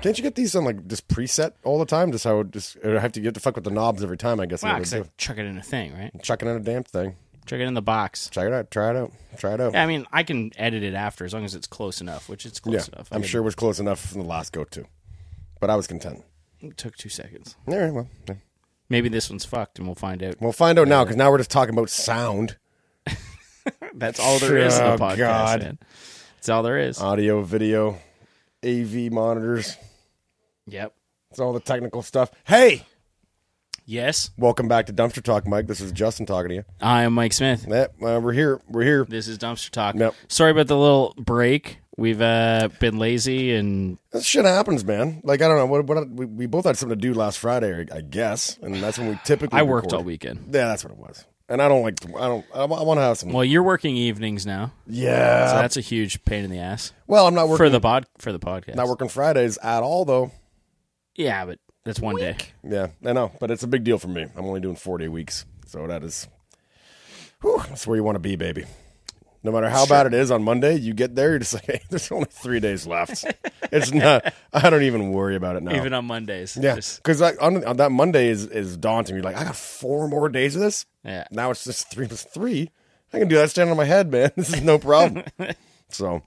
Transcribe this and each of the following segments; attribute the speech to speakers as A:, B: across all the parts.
A: Can't you get these on like just preset all the time? Just how just or I have to get to fuck with the knobs every time. I guess.
B: Well,
A: I would
B: 'cause I
A: do.
B: chuck it in a thing, right?
A: Chucking in a damn thing.
B: Chuck it in the box.
A: Check it out. Try it out. Try it out.
B: Yeah, I mean, I can edit it after as long as it's close enough, which it's
A: Yeah,
B: close enough. I
A: I'm
B: mean,
A: sure it was close enough from the last go to, but I was content.
B: It took two seconds.
A: All right, well, yeah.
B: Maybe this one's fucked, and we'll find out.
A: we'll find out now because now we're just talking about sound,
B: That's all there is in
A: Oh,
B: the podcast,
A: God. Um,
B: man. That's all there is.
A: audio, video, AV monitors.
B: yep.
A: It's all the technical stuff. Hey,
B: Yes,
A: welcome back to Dumpster Talk, Mike. This is Justin talking to you.
B: I am Mike Smith.
A: Yeah, uh, we're here. We're here.
B: This is Dumpster Talk.
A: Yep.
B: Sorry about the little break. We've uh, been lazy and
A: This shit happens, man. Like I don't know what. what we, we both had something to do last Friday, I guess, and that's when we typically.
B: I worked
A: record.
B: all weekend.
A: Yeah, that's what it was. And I don't like. To, I don't. I, want to have some.
B: Well, you're working evenings now, so
A: yeah.
B: that's a huge pain in the ass
A: Well, I'm not working.
B: for the pod for the podcast.
A: Not working Fridays at all, though.
B: yeah, but that's one day.
A: Yeah, I know, but it's a big deal for me. I'm only doing four day weeks, so that is. Whew, that's where you want to be, baby. No matter how bad it is on Monday, you get there. You're just like, hey, there's only three days left. it's not. I don't even worry about it now.
B: Even on Mondays.
A: Oh. Yeah,
B: Just-
A: because on, on that Monday is is daunting. You're like, I got four more days of this.
B: yeah.
A: Now it's just three plus three. I can do that standing on my head, man. This is no problem. so,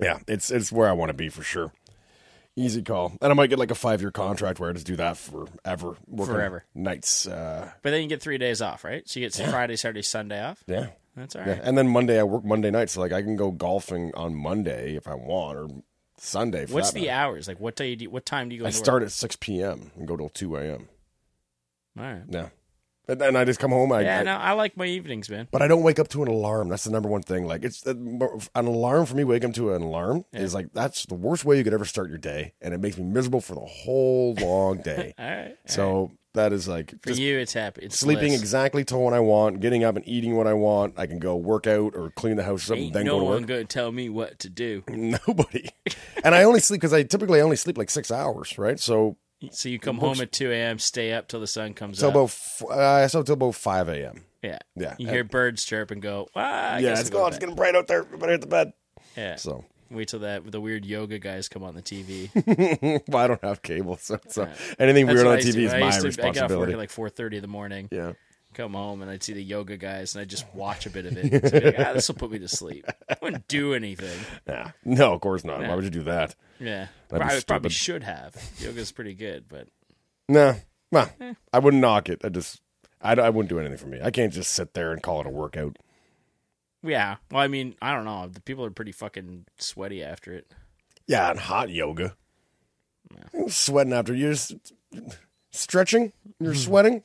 A: yeah, it's it's where I want to be for sure. Easy call, and I might get like a five year contract where I just do that forever, working
B: Forever.
A: nights. Uh,
B: But then you get three days off, right? So you get Friday, Saturday, Sunday off.
A: yeah.
B: That's all right.
A: yeah, and then Monday I work Monday nights, so like I can go golfing on Monday if I want, or Sunday. For
B: What's
A: that
B: the
A: matter.
B: hours? Like, what day? Do you, what time do you go?
A: I
B: into work?
A: start at six p.m. and go till two a.m.
B: All right.
A: Yeah, and then I just come home. I,
B: Yeah,
A: I-
B: no, I like my evenings, man.
A: But I don't wake up to an alarm. That's the number one thing. Like it's uh, an alarm for me. Waking up to an alarm is like that's the worst way you could ever start your day, and it makes me miserable for the whole long day.
B: All right.
A: so that is like
B: For
A: just
B: you, it's happy. It's
A: sleeping
B: bliss.
A: exactly to when I want, getting up and eating what I want. I can go work out or clean the house up, and
B: Ain't
A: then
B: no
A: go to
B: one
A: work.
B: gonna tell me what to do.
A: Nobody. and I only sleep because I typically only sleep like six hours, right? So
B: So you come home at two a.m., stay up till the sun comes
A: till
B: up.
A: about f- uh, so till about five a.m.
B: yeah,
A: Yeah.
B: You hear birds chirp and go, ah, I
A: yeah,
B: guess
A: it's
B: I'll
A: going.
B: go
A: It's
B: to
A: getting bright out there. Everybody hit the bed.
B: bed." Yeah.
A: So.
B: Wait till that the weird yoga guys come on the TV.
A: well, I don't have cable, so, so anything
B: That's
A: weird
B: what
A: on
B: I
A: TV
B: used to do.
A: is
B: I
A: my
B: used to- I got off work
A: responsibility.
B: at like four thirty in the morning.
A: yeah,
B: Come home and I'd see the yoga guys and I'd just watch a bit of it. So I'd be like, ah, this will put me to sleep. I wouldn't do anything.
A: nah. no, of course not. Why
B: Nah.
A: would you do that?
B: Yeah,
A: That'd be
B: I probably
A: stupid.
B: should have. Yoga's pretty good, but
A: Nah, nah. I wouldn't knock it. I just, I, I wouldn't do anything for me. I can't just sit there and call it a workout.
B: yeah. Well, I mean, I don't know. The people are pretty fucking sweaty after it.
A: Yeah, and hot yoga. I'm sweating after you're just stretching.
B: Mm-hmm.
A: You're sweating.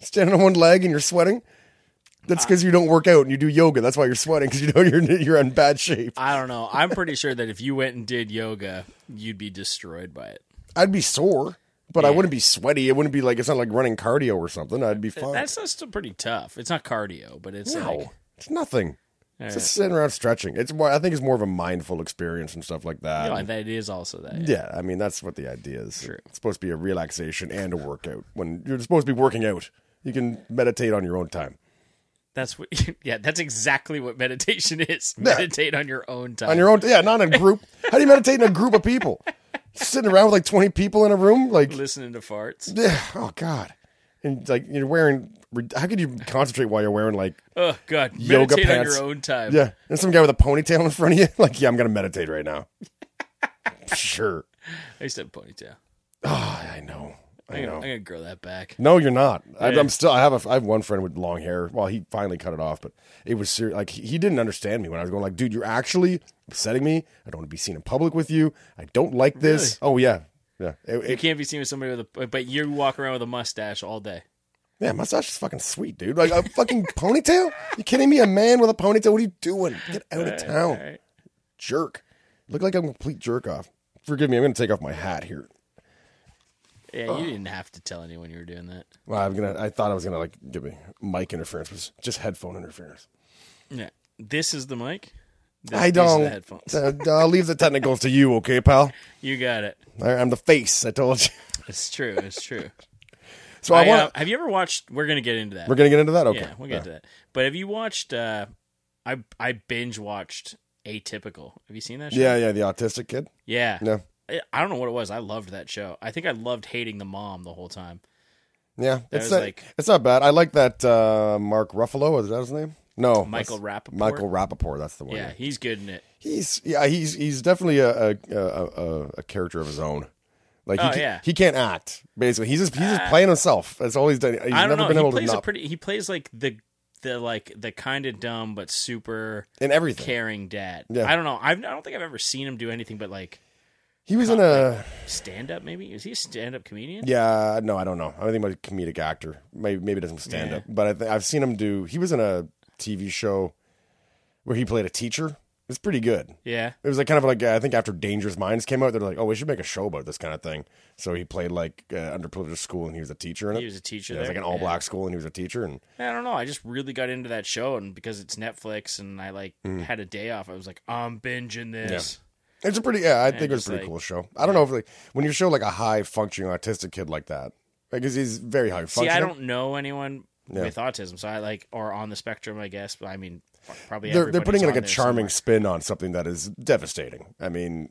A: Standing on one leg and you're sweating.
B: Uh,
A: That's because you don't work out and you do yoga. That's why you're sweating because you know you're you're in bad shape.
B: I don't know. I'm pretty sure that if you went and did yoga, you'd be destroyed by it.
A: I'd be sore, but I
B: Yeah.
A: wouldn't be sweaty. It wouldn't be like it's not like running cardio or something. I'd be fine.
B: That's, that's still pretty tough. It's not cardio, but it's
A: no,
B: like
A: it's nothing. It's
B: right.
A: just sitting around stretching. It's more. I think it's more of a mindful experience and stuff like that.
B: you know, that is also that. yeah.
A: yeah, I mean that's what the idea is. It's supposed to be a relaxation and a workout. When you're supposed to be working out, you can meditate on your own time,
B: That's what. Yeah, that's exactly what meditation is. Meditate on your own time.
A: on your own. Yeah, not in a group. How do you meditate in a group of people? Sitting around with like 20 people in a room, like
B: listening to farts.
A: yeah, oh god, and like you're wearing. How could you concentrate while you're wearing like
B: Oh God,
A: Yoga
B: meditate
A: pants.
B: on your own time.
A: Yeah. And some guy with a ponytail in front of you. Like, yeah, I'm going to meditate right now. sure.
B: I used to have a ponytail.
A: Ah, I know. I
B: I'm gonna,
A: know.
B: I'm gonna grow that back.
A: No, you're not. I,
B: Yeah.
A: I'm still. I have a. I have one friend with long hair. Well, he finally cut it off, but it was serious. Like he, he didn't understand me when I was going. Like, dude, you're actually upsetting me. I don't want to be seen in public with you. I don't like this. Oh yeah, yeah. It-
B: You
A: it-
B: can't be seen with somebody with a. But you walk around with a mustache all day.
A: yeah, mustache is fucking sweet, dude. Like a fucking ponytail. You kidding me? A man with a ponytail. What are you doing? Get out of town.
B: All right.
A: jerk. Look like I'm a complete jerk off. Forgive me, I'm gonna take off my hat here.
B: Yeah, you didn't have to tell anyone you were doing that.
A: Well, I'm gonna. I thought I was gonna like give me mic interference, but it's just headphone interference.
B: Yeah, this is the mic. This,
A: I
B: these are
A: don't.
B: The headphones.
A: Uh, I'll leave the technicals to you, okay, pal.
B: You got it.
A: I, I'm the face. I told you.
B: It's true. It's true.
A: So I,
B: I, uh,
A: want.
B: have you ever watched? We're gonna get into that.
A: we're gonna get into that. Okay. Uh,
B: yeah, we'll get to that. But have you watched? uh I I binge watched Atypical. Have you seen that? Show?
A: yeah, yeah. The autistic kid.
B: Yeah.
A: No.
B: I I don't know what it was. I loved that show. I think I loved hating the mom the whole time.
A: Yeah,
B: That
A: it's
B: was
A: not,
B: like-
A: it's not bad. I like that uh, Mark Ruffalo. Is that his name? No,
B: Michael
A: that's-
B: Rappaport?
A: Michael Rappaport. That's the one.
B: Yeah, he's good in it.
A: he's yeah he's he's definitely a a, a, a, a character of his own. Like he
B: Oh,
A: ca-
B: yeah. Uh,
A: he can't act basically. He's just he's just playing himself. That's all he's done. He's
B: I
A: never
B: don't know.
A: been
B: He
A: able
B: plays
A: to
B: a
A: not
B: pretty. He plays like the the like the kind of dumb but super
A: in everything.
B: caring dad.
A: Yeah.
B: I don't know. I've, I don't think I've ever seen him do anything but like
A: He was in a
B: stand up. Maybe is he a stand up comedian?
A: yeah no I don't know. I don't think he's a comedic actor. Maybe maybe doesn't stand
B: Yeah.
A: up. But I th- I've seen him do. He was in a TV show where he played a teacher. It's pretty good.
B: Yeah.
A: It was like kind of like uh, I think after Dangerous Minds came out, they're like, oh, we should make a show about this kind of thing. So he played like uh, underprivileged school, and he was a teacher in it.
B: He was a teacher.
A: Yeah, it was
B: there.
A: like an all
B: Yeah.
A: black school, and he was a teacher. And
B: I don't know. I just really got into that show, and because it's Netflix, and I like
A: Mm.
B: had a day off, I was like, I'm binging this.
A: It's a pretty yeah, I think it was
B: just
A: a pretty
B: like-
A: cool show. I don't know if like when you show like a high functioning autistic kid like that, because he's very high
B: See,
A: functioning.
B: I don't know anyone
A: Yeah.
B: with autism, so I like or on the spectrum, I guess. But I mean, fuck, probably
A: They're they're putting
B: everybody's
A: like
B: on
A: a
B: there
A: charming spin on something that is devastating. I mean,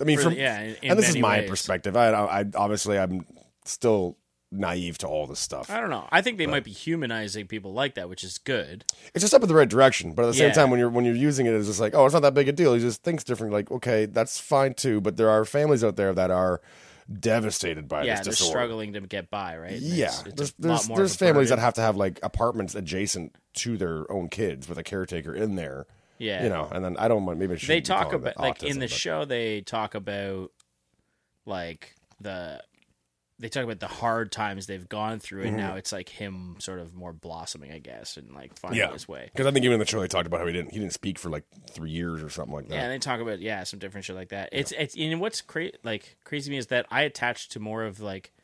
A: I mean,
B: somewhere.
A: from,
B: Really- yeah, in, in
A: and this is
B: many
A: my
B: ways.
A: perspective. I, I I obviously I'm still naive to all this stuff.
B: I don't know. I think they might be humanizing people like that, which is good.
A: It's just up in the right direction, but at the same
B: Yeah.
A: time, when you're when you're using it, it's just like, oh, it's not that big a deal. He just thinks differently. Like, okay, that's fine too. But there are families out there that are devastated by
B: yeah,
A: this
B: they're
A: disorder.
B: struggling to get by, right? And
A: Yeah,
B: it's- it's a
A: there's
B: lot
A: there's,
B: more
A: there's
B: of a
A: families that
B: burden.
A: have to have like apartments adjacent to their own kids with a caretaker in there.
B: yeah,
A: You know, and then I don't mind. Maybe it
B: they
A: shouldn't be
B: talk
A: called
B: about like in
A: autism,
B: the
A: but-
B: show they talk about like the they talk about the hard times they've gone through
A: Mm-hmm.
B: and now it's like him sort of more blossoming i guess and like finding
A: Yeah.
B: his way
A: because I think even in the show they talked about how he didn't he didn't speak for like three years or something like that.
B: yeah and they talk about yeah some different shit like that it's it's and what's cra- like crazy to me is that i attached to more of like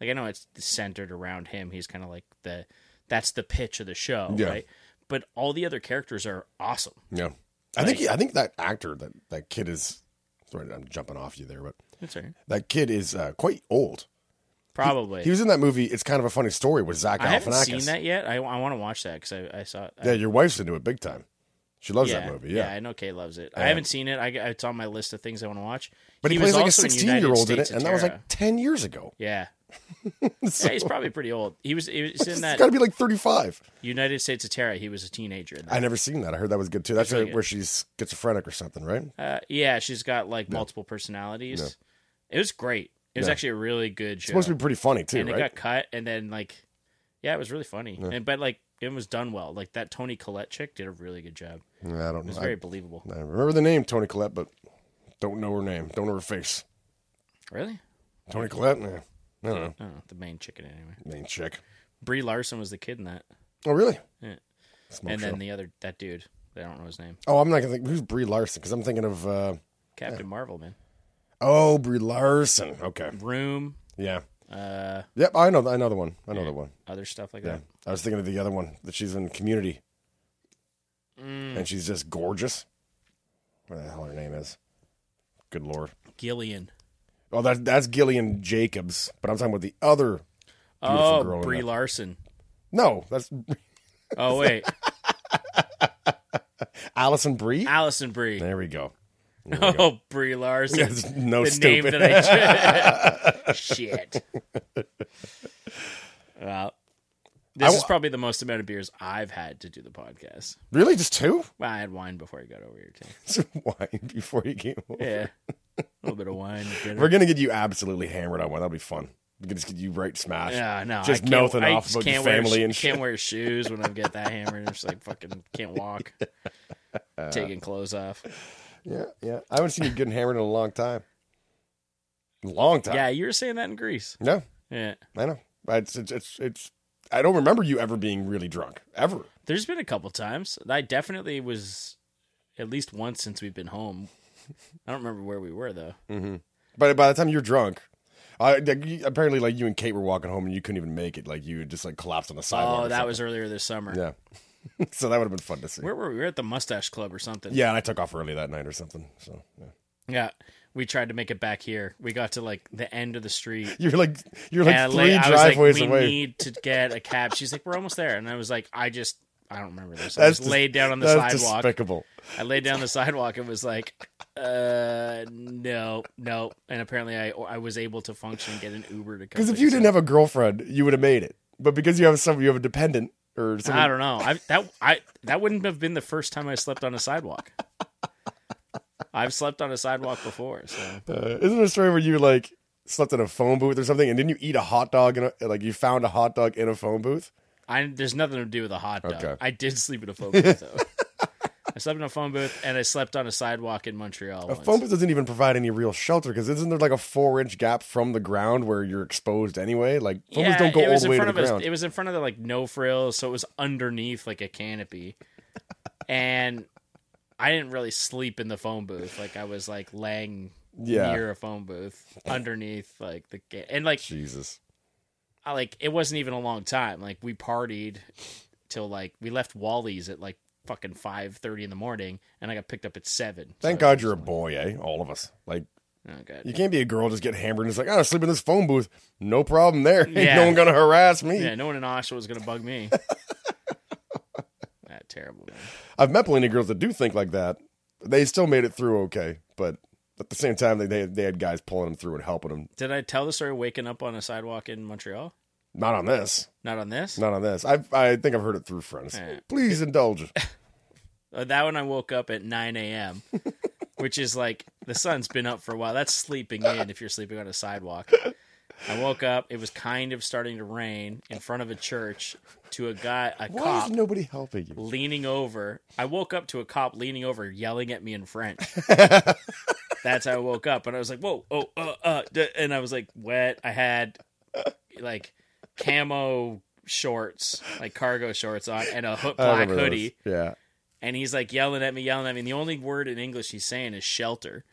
B: like i know it's centered around him he's kind of like the that's the pitch of the show
A: Yeah.
B: right but all the other characters are awesome
A: Yeah. I think he, I think that actor that that kid is. Sorry, I'm jumping off you there, but
B: that's right
A: that kid is uh, quite old.
B: probably
A: He was in that movie. It's kind of a funny story with Zach
B: i haven't
A: Galifianakis.
B: seen that yet i, I want to watch that because I, I saw it I
A: Yeah, your wife's into it big time. She loves that movie. Yeah.
B: I know Kay loves it. I haven't seen it. I, it's on my list of things I want to watch.
A: but he,
B: was
A: plays like a
B: also in
A: 16
B: United
A: year old in it,
B: States of
A: and that was
B: Terror.
A: like 10 years ago.
B: yeah.
A: So-
B: yeah, he's probably pretty old. He was, he was in
A: It's
B: that
A: got to be like 35.
B: United States of Terra. He was a teenager. In that.
A: I never seen that. I heard that was good too. That's
B: really
A: where she's schizophrenic or something, right?
B: Uh, yeah, she's got like multiple personalities. It was great. It was
A: Yeah.
B: actually a really good show.
A: Supposed to be pretty funny too,
B: and it
A: right?
B: got cut, and then like, yeah, it was really funny. And but like, it was done well. Like that Tony Collette chick did a really good job.
A: I don't
B: It
A: know.
B: was
A: I,
B: very believable.
A: I remember the name Tony Collette, but don't know her name. Don't know her face.
B: Really?
A: Tony Collette. Yeah. I don't know.
B: I don't know the main chicken anyway.
A: Main chick.
B: Brie Larson was the kid in that,
A: Oh really?
B: Yeah.
A: Smoke
B: and
A: show.
B: then the other that dude. I don't know his name.
A: oh, I'm not gonna think who's Brie Larson because I'm thinking of uh,
B: Captain Marvel, man.
A: oh Brie Larson. Okay.
B: Room,
A: Yeah.
B: uh,
A: Yep. I know. I know the one. I know the one.
B: other stuff like
A: Yeah. I was thinking of the other one that she's in Community,
B: that. Mm,
A: and she's just gorgeous. What the hell her name is? Good lord.
B: Gillian.
A: Oh, that, that's Gillian Jacobs, but I'm talking about the other. Beautiful girl
B: Oh,
A: in
B: Brie
A: that.
B: Larson.
A: No, that's
B: Oh wait,
A: Allison Brie.
B: Allison Brie.
A: There we go.
B: Oh, Brie Larson.
A: Yes, no
B: the
A: stupid.
B: name that I shit. Well, this
A: I
B: is
A: wa-
B: probably the most amount of beers I've had to do the podcast.
A: Really, just two?
B: Well, I had wine before I got over here too.
A: Some wine before you came. over.
B: Yeah, a little bit of wine. dinner.
A: We're gonna get you absolutely hammered on one. That'll be fun. We can just get you right smashed.
B: Yeah, no,
A: Just
B: I can't,
A: mouthing
B: I
A: off
B: just
A: about your
B: can't wear
A: family
B: sh-
A: and shit.
B: can't wear shoes when I get that hammered. I'm just like fucking can't walk, taking clothes off.
A: yeah, yeah. I haven't seen you getting hammered in a long time. Long time.
B: Yeah, you were saying that in Greece.
A: No,
B: Yeah,
A: I know. It's it's it's. it's I don't remember you ever being really drunk ever.
B: there's been a couple times. I definitely was at least once since we've been home. I don't remember where we were though.
A: But by the time you're drunk, I like, you- apparently like you and Kate were walking home and you couldn't even make it. Like you had just like collapsed on the sidewalk.
B: Oh,
A: or
B: that was earlier this summer.
A: something. yeah. so that would have been fun to see.
B: Where were we? We were at the Mustache Club or something.
A: yeah, and I took off early that night or something. So yeah.
B: Yeah. We tried to make it back here. We got to like the end of the street.
A: you're like you're like
B: and
A: three
B: like, I was like,
A: driveways
B: we
A: away.
B: need to get a cab. She's like, we're almost there. And I was like, I just I don't remember this. I
A: That's
B: was
A: dis-
B: laid down on the
A: That's
B: sidewalk.
A: despicable.
B: I laid down on the sidewalk and was like, uh, no, no. And apparently, I I was able to function and get an Uber to come.
A: Because if
B: pick
A: you
B: us up.
A: didn't have a girlfriend, you would have made it. But because you have some, you have a dependent or something.
B: I don't know. I that I that wouldn't have been the first time I slept on a sidewalk. I've slept on a sidewalk before, so
A: Uh, isn't there a story where you like slept in a phone booth or something, and didn't you eat a hot dog and like you found a hot dog in a phone booth?
B: I there's nothing to do with a hot dog.
A: Okay.
B: I did sleep in a phone booth though. I slept in a phone booth and I slept on a sidewalk in Montreal.
A: A
B: once.
A: phone booth doesn't even provide any real shelter because isn't there like a four inch gap from the ground where you're exposed anyway? Like phone booths don't go
B: it
A: all
B: was
A: the
B: in
A: way to
B: front
A: the
B: of us.
A: ground.
B: It was in front of the like no frills, so it was underneath like a canopy, and I didn't really sleep in the phone booth. Like I was like laying
A: Yeah.
B: near a phone booth underneath like the ca- and like
A: Jesus.
B: I like it wasn't even a long time. Like we partied till like we left Wally's at like fucking five thirty in the morning, and I got picked up at seven.
A: Thank God you're a boy, eh? All of us. Like
B: Oh god.
A: you can't be a girl just get hammered and it's like, oh, I sleep in this phone booth. No problem there. Ain't
B: Yeah.
A: no one gonna harass me.
B: yeah, no one in Oshawa was gonna bug me. that terrible. Man.
A: I've met plenty of girls that do think like that. They still made it through okay, but at the same time, they they, they had guys pulling them through and helping them.
B: Did I tell the story of waking up on a sidewalk in Montreal?
A: Not on this.
B: Not on this.
A: Not on this. I I think I've heard it through friends.
B: Yeah.
A: Please indulge.
B: Uh, that one I woke up at 9 a.m., which is like the sun's been up for a while. That's sleeping in if you're sleeping on a sidewalk. I woke up. It was kind of starting to rain in front of a church to a guy, a
A: Why
B: cop
A: is nobody helping you?
B: leaning over. I woke up to a cop leaning over, yelling at me in French. That's how I woke up, and I was like, "Whoa, oh, uh, uh," d- and I was like wet. I had like camo shorts, like cargo shorts on, and a ho-
A: I
B: black
A: remember
B: hoodie.
A: this. Yeah.
B: And he's like yelling at me, yelling at me. And the only word in English he's saying is shelter.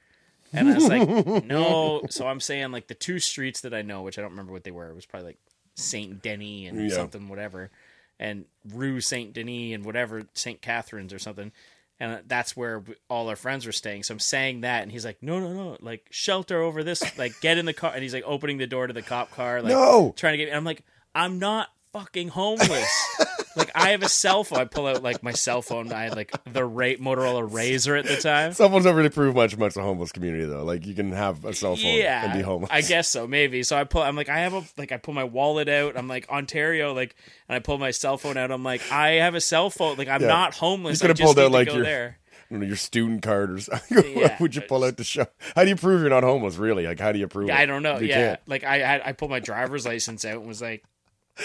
B: And I was like, no. So I'm saying like the two streets that I know, which I don't remember what they were. It was probably like Saint Denis and
A: Yeah.
B: something, whatever, and Rue Saint Denis and whatever Saint Catherine's or something. And that's where we- all our friends were staying. So I'm saying that, and he's like, no, no, no, like shelter over this, like get in the car. And he's like opening the door to the cop car, like
A: No.
B: trying to get me. And I'm like, I'm not fucking homeless. like I have a cell phone. I pull out like my cell phone. I had like the rate Motorola Razor at the time.
A: Cell phones don't really prove much much to homeless community though. Like you can have a cell phone
B: Yeah,
A: and be homeless.
B: I guess so. Maybe. So I pull. I'm like, I have a like. I pull my wallet out. I'm like Ontario. Like, and I pull my cell phone out. I'm like, I have a cell phone. Like, I'm
A: Yeah.
B: not homeless.
A: You could
B: I
A: have
B: just
A: pulled
B: need
A: out,
B: to
A: like,
B: go
A: your-
B: there.
A: You know, your student card or something.
B: Yeah.
A: Would you pull out the show? How do you prove you're not homeless? Really? Like how do you prove?
B: I
A: it?
B: don't know.
A: You
B: yeah.
A: can't.
B: Like I had. I pulled my driver's license out and was like,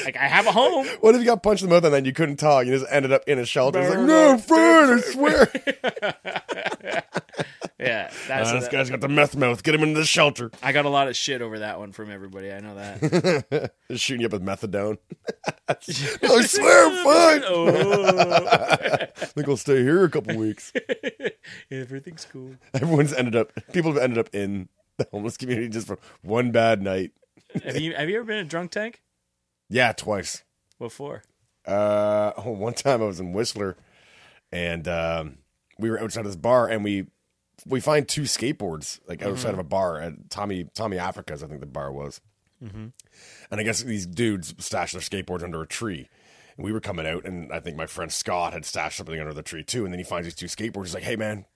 B: like I have a home.
A: What if you got punched in the mouth and then you couldn't talk? You just ended up in a shelter. It's like,
B: Bro,
A: no,
B: bro,
A: friend, I swear.
B: Yeah. That's
A: Ah, this
B: that-
A: guy's got the meth mouth. Get him into the shelter.
B: I got a lot of shit over that one from everybody. I know that.
A: They're shooting you up with methadone. I swear, I'm fine.
B: oh,
A: I think I'll stay here a couple weeks.
B: everything's cool.
A: Everyone's ended up. People have ended up in the homeless community just for one bad night.
B: Have you have you ever been in a drunk tank?
A: Yeah, twice.
B: What for?
A: Uh, oh, one time I was in Whistler, and um, we were outside of this bar, and we we find two skateboards like outside of a bar at Tommy Tommy Africa's, I think the bar was. And I guess these dudes stashed their skateboards under a tree. And we were coming out, and I think my friend Scott had stashed something under the tree too. And then he finds these two skateboards. He's like, "Hey, man,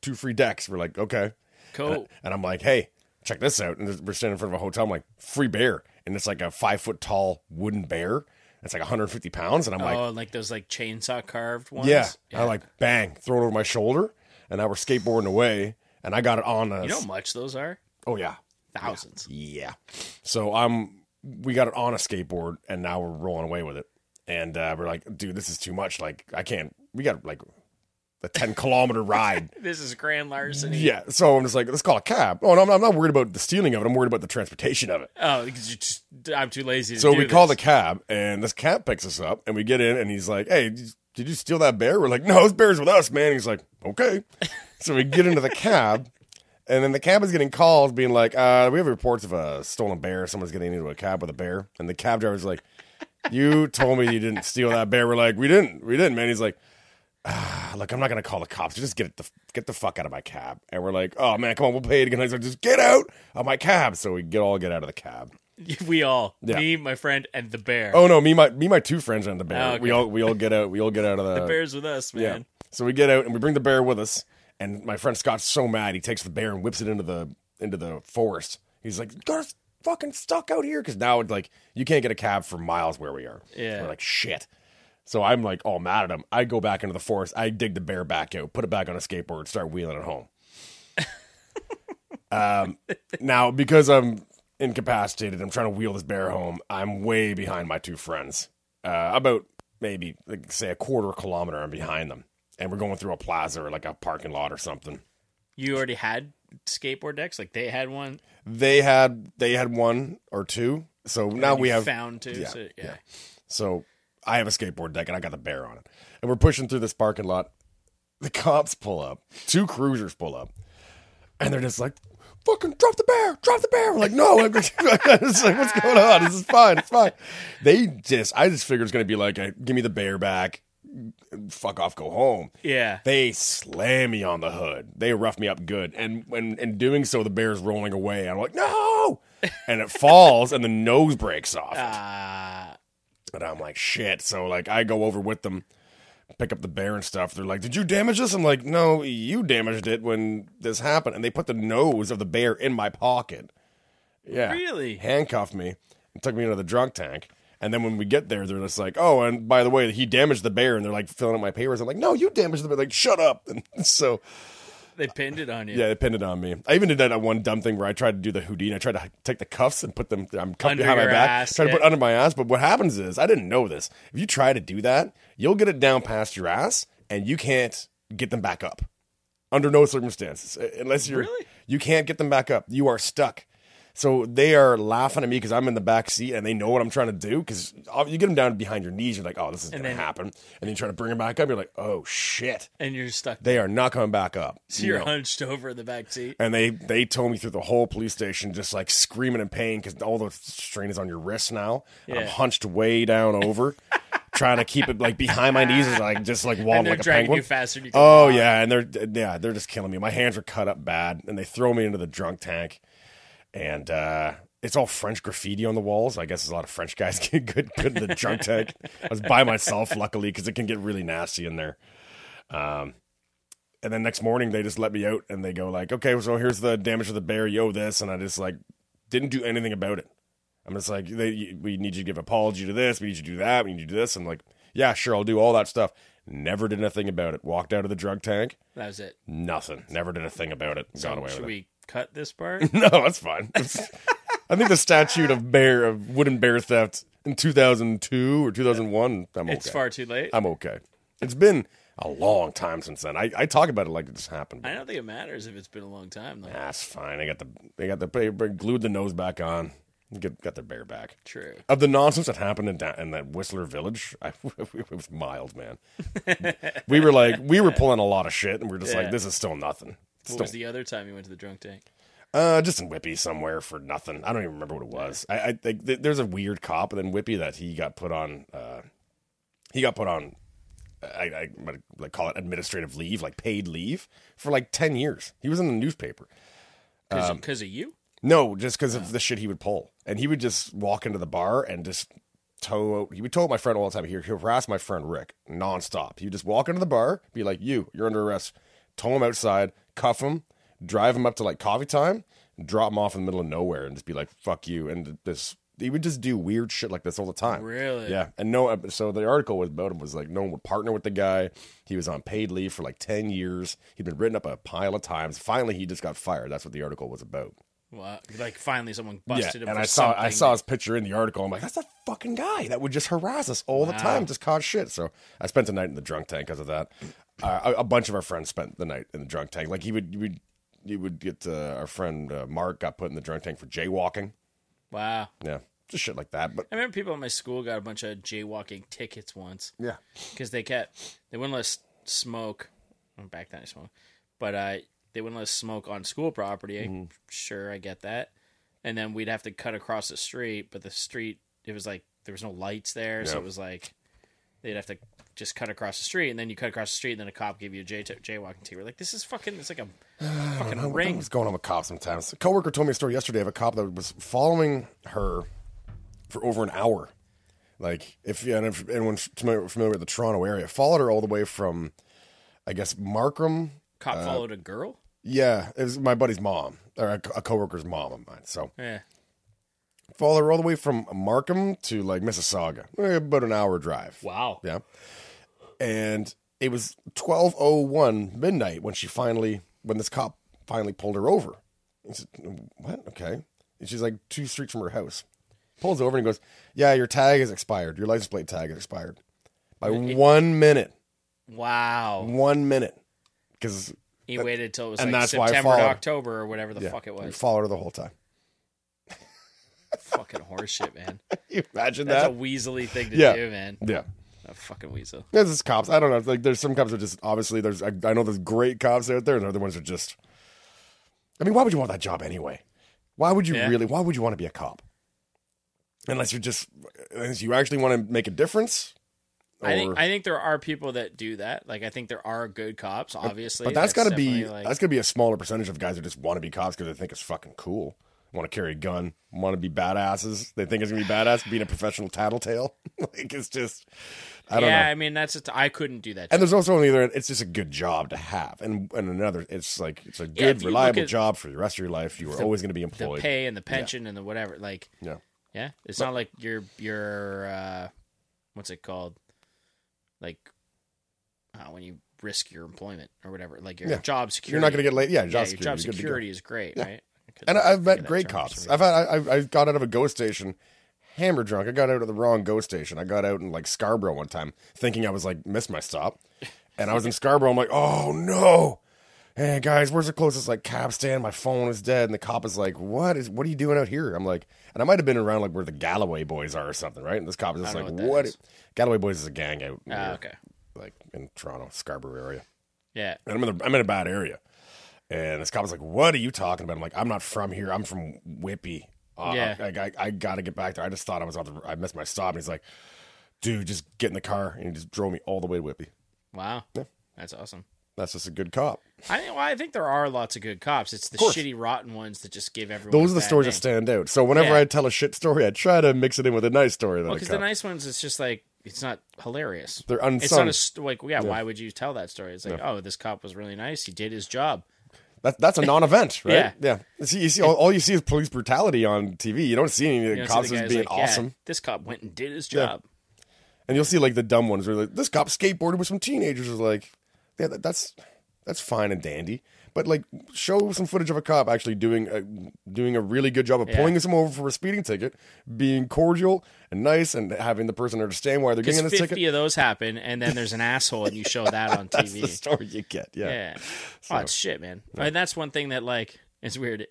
A: two free decks." We're like, "Okay."
B: Cool.
A: And I'm like, hey, check this out. And we're standing in front of a hotel. I'm like, free bear. And it's like a five foot tall wooden bear. It's like 150 pounds. And I'm like,
B: oh, like those like chainsaw carved ones.
A: yeah. And I like, bang, throw it over my shoulder. And now we're skateboarding away. And I got it on us.
B: You know how much those are?
A: oh, yeah.
B: Thousands.
A: Yeah. So I'm we got it on a skateboard and now we're rolling away with it. And uh, we're like, dude, this is too much. Like, I can't we got like a 10 kilometer ride
B: This is grand larceny.
A: yeah so i'm just like let's call a cab oh no I'm not, I'm not worried about the stealing of it i'm worried about the transportation of it
B: Oh, because you just, I'm too lazy. To
A: So
B: do
A: we call the
B: this.
A: cab, and this cab picks us up, and we get in, and he's like, "Hey, did you- did you steal that bear?" We're like, "No, this bear's with us, man." He's like, "Okay." so we get into the cab, and then the cab is getting calls, being like, uh, "We have reports of a stolen bear. Someone's getting into a cab with a bear." And the cab driver's like, "You told me you didn't steal that bear." We're like, "We didn't, we didn't, man." He's like. Ah, look, I'm not gonna call the cops. Just get the get the fuck out of my cab. And we're like, oh man, come on, we'll pay it again. He's like, just get out of my cab. So we get all get out of the cab.
B: We all,
A: Yeah.
B: me, my friend, and the bear.
A: Oh no, me my me my two friends are in the bear.
B: Oh, okay.
A: We all we all get out. We all get out of the,
B: the bear's with us,
A: Yeah.
B: man.
A: So we get out and we bring the bear with us. And my friend Scott's so mad he takes the bear and whips it into the into the forest. He's like, "Got us fucking stuck out here," because now it's like you can't get a cab for miles where we are.
B: Yeah.
A: We're like shit. So I'm like all mad at him. I go back into the forest. I dig the bear back out, put it back on a skateboard, start wheeling it home. um, now because I'm incapacitated, I'm trying to wheel this bear home. I'm way behind my two friends, uh, about maybe like say a quarter kilometer. I'm behind them, and we're going through a plaza or like a parking lot or something.
B: You already had skateboard decks, like they had one.
A: They had they had one or two, so now
B: and
A: we
B: you
A: have
B: found two.
A: yeah,
B: so, yeah.
A: yeah. So I have a skateboard deck and I got the bear on it. And we're pushing through this parking lot. The cops pull up. Two cruisers pull up. And they're just like, fucking drop the bear, drop the bear. We're like, no. I'm just- it's like, what's going on? This is fine. It's fine. They just, I just figured it's going to be like, a, give me the bear back. Fuck off, go home.
B: Yeah.
A: They slam me on the hood. They rough me up good. And when in doing so, the bear's rolling away. I'm like, no. And it falls and the nose breaks off.
B: Ah,
A: And I'm like, shit. So like I go over with them, pick up the bear and stuff. They're like, Did you damage this? I'm like, No, you damaged it when this happened. And they put the nose of the bear in my pocket. Yeah.
B: Really?
A: Handcuffed me and took me into the drunk tank. And then when we get there, they're just like, Oh, and by the way, he damaged the bear and they're like filling out my papers. I'm like, No, you damaged the bear, like, shut up. And so
B: they pinned it on you.
A: yeah, they pinned it on me. I even did that one dumb thing where I tried to do the Houdini. I tried to take the cuffs and put them. I'm cuffed
B: Under
A: behind my
B: your
A: back.
B: ass,
A: tried to
B: yeah.
A: put it under my ass. But what happens is, I didn't know this. If you try to do that, you'll get it down past your ass, and you can't get them back up. Under no circumstances, Uh, unless you're
B: Really?
A: you can't get them back up. You are stuck. So they are laughing at me because I'm in the back seat and they know what I'm trying to do. Because you get them down behind your knees, you're like, "Oh, this is gonna
B: then-
A: happen," and then you try to bring them back up. You're like, "Oh shit,
B: And you're stuck.
A: they are not coming back up."
B: So you're
A: No
B: hunched over in the back seat.
A: and they they told me through the whole police station just like screaming in pain because all the strain is on your wrist now and i'm
B: Yeah.
A: hunched way down over trying to keep it like behind my knees as i just like wobble
B: And they're
A: like a
B: dragging
A: penguin
B: you faster than you can
A: oh
B: walk.
A: yeah and they're yeah they're just killing me my hands are cut up bad and they throw me into the drunk tank and uh it's all French graffiti on the walls. I guess there's a lot of French guys get good, good in the drunk tank. I was by myself, luckily, because it can get really nasty in there. Um, And then next morning they just let me out and they go like, okay, so here's the damage of the bear, yo, this, and I just like didn't do anything about it. I'm just like, they, we need you to give apology to this, we need you to do that, we need you to do this. I'm like, yeah, sure, I'll do all that stuff. Never did anything about it. Walked out of the drug tank,
B: That was it.
A: nothing. Never did a thing about it. Got away
B: Should
A: with it.
B: we cut this part?
A: No, that's fine. It's- I think the statute of bear of wooden bear theft in 2002 or 2001. I'm okay.
B: It's far too late.
A: I'm okay. It's been a long time since then. I, I talk about it like it just happened. but-
B: I don't think it matters if it's been a long time, though.
A: That's fine. They got the they got the they glued the nose back on. Get, got their bear back.
B: True.
A: Of the nonsense that happened in, da- in that Whistler Village, I, it was mild, man. we were like we were pulling a lot of shit, and we are just
B: Yeah.
A: like, this is still nothing. It's
B: What
A: Still,
B: was the other time you went to the drunk tank?
A: uh, just in Whippy somewhere for nothing. I don't even remember what it was. I, I think th- there's a weird cop in Whippy that he got put on. Uh, he got put on. I, I what do they call it administrative leave, like paid leave, for like ten years. He was in the newspaper.
B: Because
A: Um,
B: of you?
A: No, just because of the shit he would pull, and he would just walk into the bar and just tow. out- He would tow out my friend all the time. He would harass my friend Rick nonstop. He would just walk into the bar, be like, "You, you're under arrest." Tow him outside, cuff him, drive him up to like coffee time, drop him off in the middle of nowhere, and just be like, "Fuck you!" And this, he would just do weird shit like this all the time.
B: Really?
A: Yeah, and no. So the article was about him was like no one would partner with the guy. He was on paid leave for like ten years. He'd been written up a pile of times. Finally, he just got fired. That's what the article was about.
B: Wow. Like finally someone busted him.
A: And
B: for
A: I saw I
B: something.
A: saw his picture in the article. I'm like, that's that fucking guy that would just harass us all the time, just cause shit. So I spent the night in the drunk tank because of that. Uh, a, a bunch of our friends spent the night in the drunk tank. Like he would, he would, he would get uh, our friend uh, Mark got put in the drunk tank for jaywalking.
B: Wow.
A: Yeah, just shit like that. But
B: I remember people at my school got a bunch of jaywalking tickets once
A: yeah,
B: because they kept they wouldn't let us smoke. well, Back then I smoked, but uh, they wouldn't let us smoke on school property.
A: Mm-hmm.
B: Sure, I get that. And then we'd have to cut across the street, but the street it was like there was no lights there, so
A: Yeah.
B: it was like they'd have to just cut across the street, and then you cut across the street, and then a cop gave you a J- jaywalking ticket. We're like, this is fucking. It's like a fucking
A: I don't know
B: ring.
A: What's going on with cops sometimes? A coworker told me a story yesterday of a cop that was following her for over an hour. Like, if, and if anyone's familiar, familiar with the Toronto area, followed her all the way from, I guess, Markham.
B: Cop
A: Uh,
B: followed a girl.
A: Yeah, it was my buddy's mom, or a, a coworker's mom of mine. So,
B: Yeah.
A: followed her all the way from Markham to like Mississauga, eh, about an hour drive.
B: Wow.
A: Yeah. And it was 12:01 midnight when she finally when this cop finally pulled her over. He said, "What? Okay." And she's like two streets from her house. Pulls over and goes, "Yeah, your tag is expired. Your license plate tag is expired by 1 minute.
B: Wow.
A: 1 minute." Cuz
B: He waited till it was
A: And
B: like
A: that's why I
B: September to
A: followed.
B: October or whatever the
A: yeah,
B: fuck it
A: we
B: was.
A: followed her the whole time.
B: fucking horseshit, man.
A: You imagine
B: That's a
A: that?
B: weaselly thing to
A: Yeah.
B: do, man.
A: yeah.
B: A fucking weasel.
A: There's just cops. I don't know. Like there's some cops that are just obviously there's I, I know there's great cops out there, and other ones are just. I mean, why would you want that job anyway? Why would you
B: Yeah.
A: really? Why would you want to be a cop? Unless you're just, unless you actually want to make a difference. Or,
B: I think I think there are people that do that. Like I think there are good cops, obviously.
A: but that's got to be
B: definitely, like,
A: that's got to be a smaller percentage of guys that just want to be cops because they think it's fucking cool. Want to carry a gun? Want to be badasses? They think it's gonna be badass being a professional tattletale. like it's just, I don't know.
B: yeah. I mean, that's just, I couldn't do that.
A: And there's also on the other end, it's just a good job to have. And and another, it's like it's a
B: Yeah, if
A: good,
B: you
A: reliable
B: look at
A: job for the rest of your life. You are always going to be
B: the
A: employed.
B: pay and the pension and the whatever. Like,
A: Yeah.
B: yeah, it's not like your your uh, what's it called? Like uh, when you risk your employment or whatever, like your
A: Yeah.
B: job security.
A: You're not going to get late. Yeah, job
B: yeah,
A: security.
B: your
A: is
B: job
A: good to go.
B: security is great, right? I couldn't
A: And I- I've
B: think
A: met
B: of
A: great
B: that term for
A: cops.
B: some
A: I've had, I, I- I got out of a go station hammer drunk. I got out of the wrong go station. I got out in like Scarborough one time thinking I was like, missed my stop. And I was in Scarborough. I'm like, oh no. Hey guys, where's the closest like cab stand? My phone is dead. And the cop is like, what is, what are you doing out here? I'm like, and I might have been around like where the Galloway boys are or something, right? And this cop is just
B: I
A: like,
B: don't know
A: what?
B: what that is.
A: Galloway boys is a gang out
B: reason. Ah,
A: here,
B: okay.
A: like in Toronto, Scarborough area.
B: Yeah.
A: And I'm in, the, I'm in a bad area. And this cop was like, What are you talking about? I'm like, I'm not from here. I'm from Whippy. Uh,
B: Yeah.
A: I, I, I got to get back there. I just thought I was on the, I missed my stop. And he's like, Dude, just get in the car. And he just drove me all the way to Whippy.
B: Wow.
A: Yeah.
B: That's awesome.
A: That's just a good cop.
B: I well, I think there are lots of good cops. It's the
A: course.
B: shitty, rotten ones that just give everyone.
A: Those
B: a
A: are the
B: bad
A: stories
B: name.
A: that stand out. So whenever
B: Yeah.
A: I tell a shit story, I try to mix it in with a nice story. That
B: Well,
A: I
B: because
A: cut.
B: the nice ones, it's just like it's not hilarious.
A: They're
B: It's
A: unsung.
B: not a st- like yeah, Why would you tell that story? It's like oh, this cop was really nice. He did his job.
A: That, that's a non-event, right?
B: Yeah.
A: yeah. See, you see, all, all you see is police brutality on TV. You don't see any of
B: You
A: the
B: know,
A: cops
B: so the
A: as
B: guy's
A: being
B: like, yeah,
A: awesome.
B: this cop went and did his
A: Yeah.
B: job.
A: And you'll see like the dumb ones where like, this cop skateboarded with some teenagers is like, yeah, that, that's that's fine and dandy. But like, show some footage of a cop actually doing a, doing a really good job of pulling someone over for a speeding ticket, being cordial and nice, and having the person understand why they're
B: Because
A: getting this
B: fifty
A: ticket.
B: of those happen, and then there's an asshole, and you show that on
A: That's the
B: TV.
A: story you get. Yeah,
B: Yeah. Oh, it's shit, man. And that's one thing that like it's weird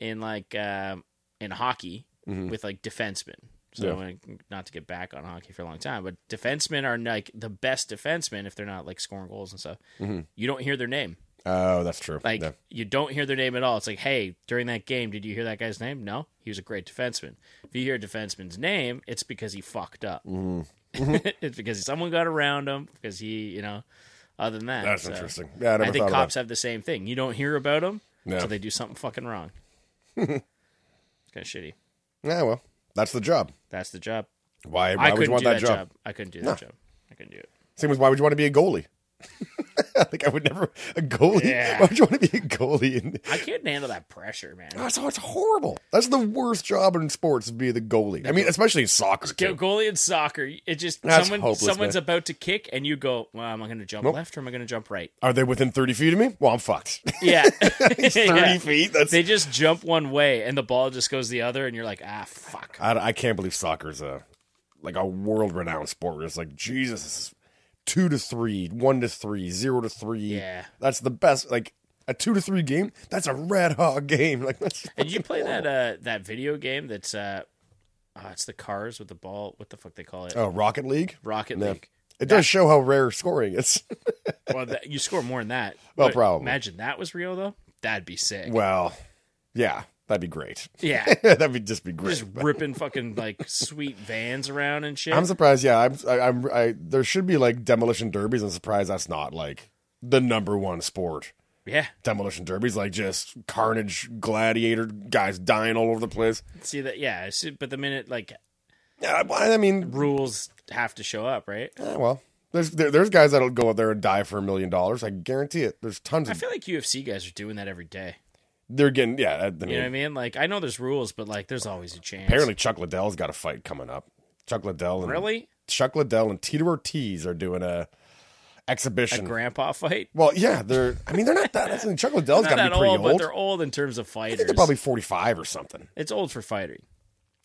B: in like um, in hockey with like defensemen. So
A: Mm-hmm. Yeah.
B: when- not to get back on hockey for a long time, but defensemen are like the best defensemen if they're not like scoring goals and stuff. You don't hear their name.
A: Oh, that's true.
B: Like
A: Mm-hmm. yeah.
B: you don't hear their name at all. It's like, hey, during that game, did you hear that guy's name? No, he was a great defenseman. If you hear a defenseman's name, it's because he fucked up.
A: Mm-hmm.
B: it's because someone got around him. Because he, you know, other than that,
A: that's
B: so-
A: interesting. Yeah, I never
B: uh, I think
A: thought
B: cops have the same thing. You don't hear about them
A: No.
B: so they do something fucking wrong. it's kind of shitty.
A: of that. Yeah, well, that's the job.
B: That's the job.
A: Why?
B: I
A: Why would
B: couldn't
A: you want
B: do
A: that, job?
B: I couldn't do that job. I couldn't do it.
A: Same as why would you want to be a goalie? I think I would never a goalie.
B: Yeah.
A: Why would you want to be a goalie? In,
B: I couldn't handle that pressure, man.
A: That's it's horrible. That's the worst job in sports to be the goalie. I mean, especially in soccer.
B: Go-
A: Too.
B: goalie in soccer, it just
A: That's
B: someone
A: hopeless,
B: someone's about to kick and you go, "Well, am I going to jump left or am I going to jump right?"
A: Are they within thirty feet of me? Well, I'm fucked.
B: Yeah,
A: thirty
B: Yeah.
A: feet. That's
B: They just jump one way and the ball just goes the other, and you're like, "Ah, fuck."
A: I, I can't believe soccer's a like a world renowned sport. Where it's like Jesus, this is two to three, one to three, zero to three.
B: Yeah.
A: that's the best. Like a two to three game. That's a red hot game. Like that's
B: And you play that uh that video game that's uh, oh, it's the cars with the ball. What the fuck they call it?
A: oh Rocket League.
B: Rocket
A: No.
B: League.
A: It does show how rare scoring is.
B: Well, that, you score more than that.
A: Well,
B: But
A: probably.
B: Imagine that was real though. That'd be sick.
A: well, yeah, That'd be great.
B: Yeah.
A: That'd be just be
B: Just
A: great. but-
B: ripping fucking like sweet vans around and shit.
A: I'm surprised. Yeah, I'm. I, I'm. I there should be like demolition derbies. I'm surprised that's not like the number one sport.
B: yeah.
A: Demolition derbies, like just carnage, gladiator guys dying all over the place.
B: See that? Yeah. I see- But the minute like
A: Yeah, I I mean,
B: rules have to show up, right?
A: eh, well, there's there, there's guys that'll go out there and die for a million dollars. I guarantee it. There's tons
B: I
A: of
B: feel like UFC guys are doing that every day.
A: they're getting. Yeah, I, I mean,
B: You know what I mean? Like I know there's rules, but like there's always a chance.
A: apparently Chuck Liddell's got a fight coming up. Chuck Liddell and
B: Really?
A: Chuck Liddell and Tito Ortiz are doing a
B: A
A: exhibition.
B: grandpa fight?
A: well, yeah, they're. I mean, they're not that. I mean, Chuck Liddell's got
B: Not
A: to
B: at
A: be pretty
B: all, but
A: old.
B: they're old in terms of
A: I
B: fighters.
A: think they're probably 45 or something.
B: It's old for fighting.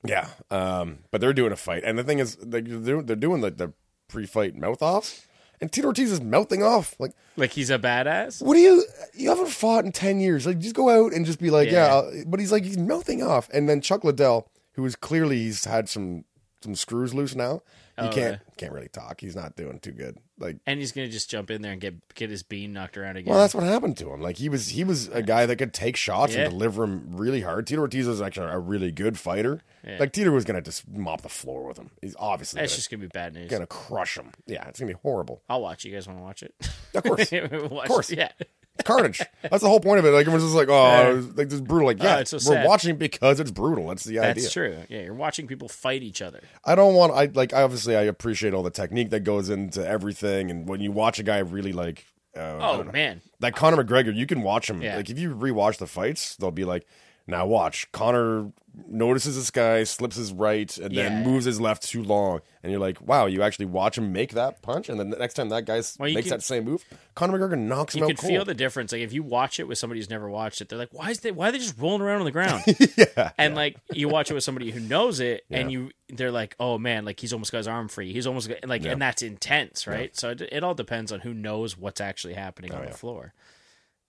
A: Yeah. Um, but they're doing a fight. And the thing is, like, they're doing, they're doing like the pre fight mouth offs. And Tito Ortiz is melting off. Like,
B: Like he's a badass.
A: what do you, you haven't fought in 10 years. Like, just go out and just be like,
B: Yeah.
A: yeah. I'll- But he's like, he's melting off. And then Chuck Liddell, who is clearly, he's had some, some screws loose now. He
B: Oh,
A: can't, can't really talk. He's not doing too good. Like,
B: And he's gonna just jump in there and get get his bean knocked around again.
A: well, that's what happened to him. Like he was, he was a guy that could take shots
B: Yeah.
A: and deliver him really hard. Tito Ortiz was actually a really good fighter.
B: Yeah.
A: Like Tito was going to just mop the floor with him. He's obviously
B: That's
A: gonna-
B: just gonna be bad news.
A: gonna crush them. Yeah, it's gonna be horrible.
B: I'll watch. You guys want to watch it?
A: Of course,
B: of
A: course.
B: Yeah.
A: carnage. That's the whole point of it. Like everyone's just like, oh,
B: Yeah. Oh,
A: it was- like this is brutal. Like, yeah,
B: it's so
A: we're
B: sad.
A: watching because it's brutal. That's the
B: That's
A: idea.
B: true. Yeah, you're watching people fight each other.
A: I don't want. I like. Obviously, I appreciate all the technique that goes into everything. And when you watch a guy really like, uh, I
B: Oh
A: don't know.
B: man,
A: like Conor McGregor, you can watch him.
B: Yeah.
A: Like if you rewatch the fights, they'll be like, now watch. Conor notices this guy, slips his right, and
B: Yeah.
A: then moves his left too long. And you're like, wow, you actually watch him make that punch, and then the next time that guy
B: Well, you
A: makes
B: can-
A: that same move, Conor McGregor knocks him
B: you
A: out
B: can
A: cold.
B: feel the difference. Like if you watch it with somebody who's never watched it, they're like, "Why is they? Why are they just rolling around on the ground?"
A: yeah.
B: And like you watch it with somebody who knows it, and
A: Yeah.
B: you they're like, "Oh man, like he's almost got his arm free. He's almost got, like,"
A: Yeah. Oh,
B: and that's intense, right? So it, it all depends on who knows what's actually happening on
A: yeah.
B: the floor.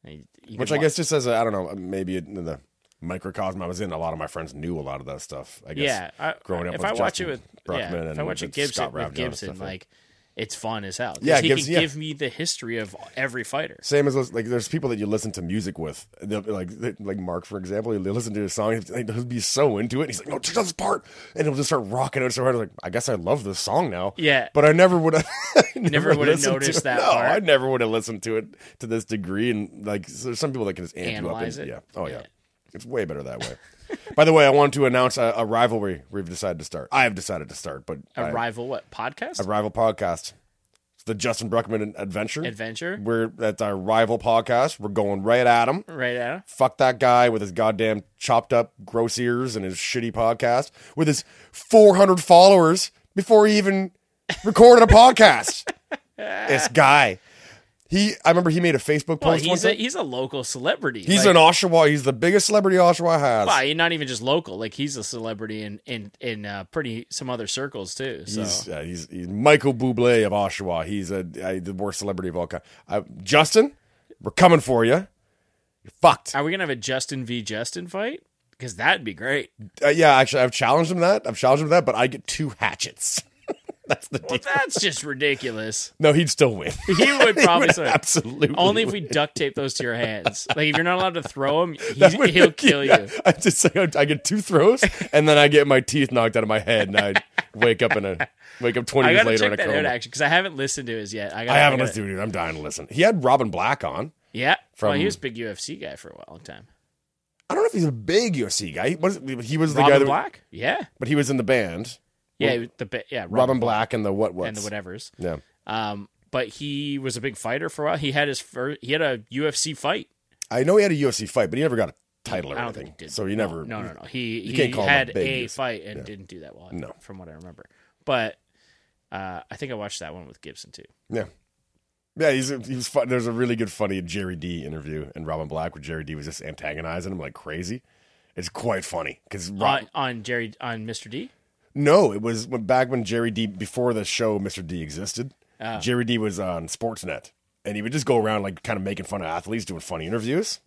B: And you- you can
A: Which I
B: wa-
A: guess just as a, I don't know, maybe in the microcosm I was in, a lot of my friends knew a lot of that stuff. I guess.
B: yeah. I,
A: growing up
B: if
A: with
B: I watch
A: Justin
B: it with
A: Bruckman
B: yeah, if I
A: and
B: watch it
A: with
B: Gibson
A: Scott Ravjohn
B: with
A: and
B: Gibson,
A: stuff, yeah.
B: like it's fun as hell. 'Cause
A: Yeah, it
B: he
A: gives-
B: can
A: yeah.
B: give me the history of every fighter.
A: Same as those- like there's people that you listen to music with, They'll be like like Mark for example, you listen to his song, and he'll be so into it, and he's like, "No, check out this part," and he'll just start rocking out so hard. Like, I guess I love this song now.
B: Yeah.
A: but I never would have never,
B: would've
A: listened to
B: noticed
A: it.
B: that
A: No,
B: part.
A: I never would have listened to it to this degree. And like, there's some people that can just amp you up.
B: Analyze
A: and-
B: it.
A: Yeah. Oh yeah.
B: Yeah.
A: it's way better that way. By the way, I wanted to announce a, a rivalry we've decided to start. I have decided to start, but
B: A
A: I-
B: rival what podcast
A: a rival podcast. It's the Justin Bruckman Adventure.
B: adventure?
A: We're that's our rival podcast. We're going right at him.
B: Right Adam?
A: Fuck that guy with his goddamn chopped up gross ears and his shitty podcast with his 400 followers before he even recorded a podcast. this guy, he I remember he made a Facebook
B: Well,
A: post. one
B: he's a
A: time.
B: he's a local celebrity.
A: he's
B: like,
A: in Oshawa. He's the biggest celebrity Oshawa has.
B: well, he's not even just local. Like he's a celebrity in in in uh, pretty some other circles too. So
A: He's, uh, he's he's Michael Bublé of Oshawa. He's a, a the worst celebrity of all time. Uh, Justin, we're coming for you. You're fucked.
B: are we gonna have a Justin v Justin fight? Because that'd be great.
A: Uh, yeah, actually, I've challenged him that. I've challenged him that, but I get two hatchets. That's the deal.
B: That's just ridiculous.
A: No, he'd still win.
B: He would probably
A: Would
B: say- "Oh,
A: absolutely.
B: Only if
A: win.
B: we duct tape those to your hands. Like if you're not allowed to throw them,
A: That would
B: he'll
A: make-
B: kill
A: yeah,
B: you.
A: I just say I get two throws, and then I get my teeth knocked out of my head, and I wake up in a wake up twenty
B: I
A: years
B: gotta
A: later in
B: check
A: a
B: that
A: coma.
B: out actually because I haven't listened to his yet. I, gotta,
A: I haven't
B: gotta-
A: listened to it. I'm dying to listen. He had Robin Black on.
B: Yeah, well,
A: from-
B: he was a big UFC guy for a long time.
A: I don't know if he's a big UFC guy. He was, he was the
B: Robin
A: guy that,
B: Black. Yeah,
A: but he was in the band.
B: yeah, he was the bi- yeah
A: Robin, Black and the what what
B: and the whatever's.
A: Yeah,
B: Um, but he was a big fighter for a while. He had his first. He had a UFC fight.
A: I know he had a UFC fight, but he never got a title or
B: I don't
A: anything.
B: think he did.
A: Oh, So he never.
B: No, no, no. He he
A: can't call him a
B: had
A: big
B: a
A: UFC.
B: fight and didn't do that well.
A: No.
B: from what I remember. But uh, I think I watched that one with Gibson too.
A: Yeah. Yeah, he's he's fun. There's a really good funny Jerry D interview and Robin Black where Jerry D was just antagonizing him like crazy. It's quite funny because Rob,
B: On, Uh, on Jerry on Mr. D.
A: no, it was when, back when Jerry D before the show Mr. D existed.
B: Oh.
A: Jerry D was on Sportsnet and he would just go around like kind of making fun of athletes, doing funny interviews.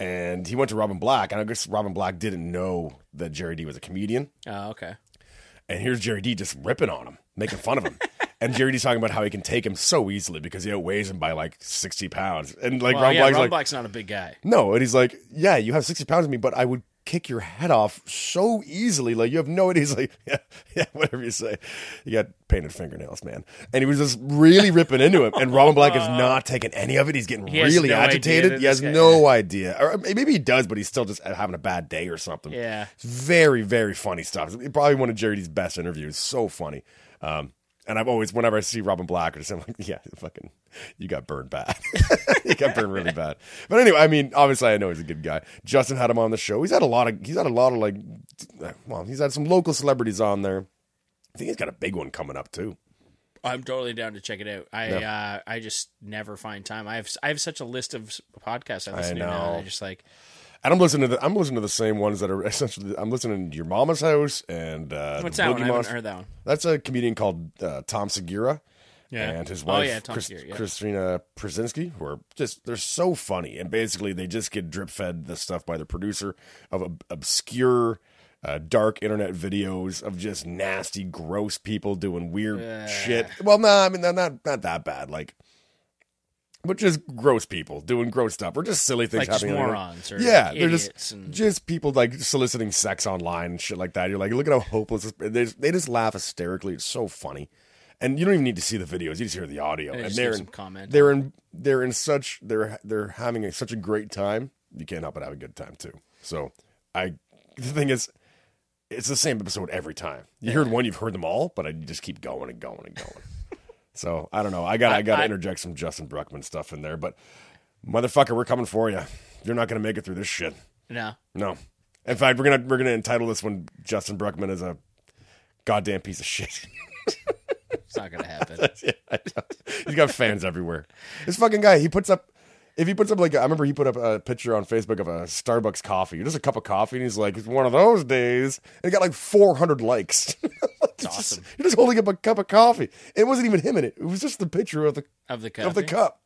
A: And he went to Robin Black, and I guess Robin Black didn't know that Jerry D was a comedian.
B: Oh, okay.
A: And here's Jerry D just ripping on him, making fun of him. and Jerry D's talking about how he can take him so easily because he outweighs him by like 60 pounds. And like
B: Well,
A: Rob
B: yeah,
A: Black's
B: Rob
A: like,
B: Black's not a big guy.
A: no. And he's like, yeah, you have 60 pounds of me, but I would kick your head off so easily. Like you have no idea. He's like, yeah, yeah, whatever you say. You got painted fingernails, man. And he was just really ripping into him. And Robin Black is not taking any of it. He's getting
B: Uh, He has
A: really
B: no idea
A: agitated.
B: that
A: He has
B: this guy-
A: no idea. Or maybe he does, but he's still just having a bad day or something.
B: Yeah.
A: It's very, very funny stuff. It's Probably one of Jerry's best interviews. So funny. Um, and I've always, whenever I see Robin Black or something, I'm like, yeah, fucking, you got burned bad. you got burned really bad. But anyway, I mean, obviously, I know he's a good guy. Justin had him on the show. He's had a lot of, he's had a lot of like, well, he's had some local celebrities on there. I think he's got a big one coming up too.
B: I'm totally down to check it out. I uh, I just never find time. I have I have such a list of s- podcasts I listen to now.
A: know.
B: and I just like
A: And I'm listening to the, I'm listening to the same ones that are essentially, I'm listening to your mama's house and uh,
B: what's
A: the
B: that
A: Boogie
B: one? I haven't
A: Monster.
B: heard that one.
A: That's a comedian called uh, Tom Segura.
B: Yeah.
A: And his
B: Oh,
A: wife,
B: yeah, Tom
A: Chris-
B: Segura, yeah.
A: Christina Przinski, who are just, they're so funny. And basically, they just get drip fed the stuff by the producer of ob- obscure, uh, dark internet videos of just nasty, gross people doing weird
B: Yeah.
A: shit. Well, no, I mean, they're not, not that bad. Like, but just gross people doing gross stuff or just silly things
B: Like just
A: happening. on the internet.
B: morons or
A: Yeah,
B: like
A: they're just-
B: idiots and
A: Just people like soliciting sex online and shit like that. You're like, look at how hopeless this, they, just, they just laugh hysterically. It's so funny, and you don't even need to see the videos. You just hear the audio,
B: and,
A: and,
B: just leave
A: they're
B: some
A: in,
B: comment.
A: they're in they're in such they're they're having a, such a great time. You can't help but have a good time too. So I the thing is, it's the same episode every time. You heard one, you've heard them all, but I just keep going and going and going. so I don't know. I got I,
B: I-
A: got to
B: I-
A: interject some Justin Bruckman stuff in there, but motherfucker, we're coming for you. You're not gonna make it through this shit.
B: no.
A: No. In fact, we're gonna we're gonna entitle this one Justin Bruckman is a goddamn piece of shit.
B: It's not gonna happen.
A: Yeah, I know. He's got fans everywhere. This fucking guy, he puts up if he puts up like I remember he put up a picture on Facebook of a Starbucks coffee, just a cup of coffee, and he's like, "It's one of those days," and he got like 400 likes. It's just-
B: awesome.
A: You're just holding up a cup of coffee. It wasn't even him in it. It was just the picture of the
B: of the
A: of the
B: coffee?
A: cup.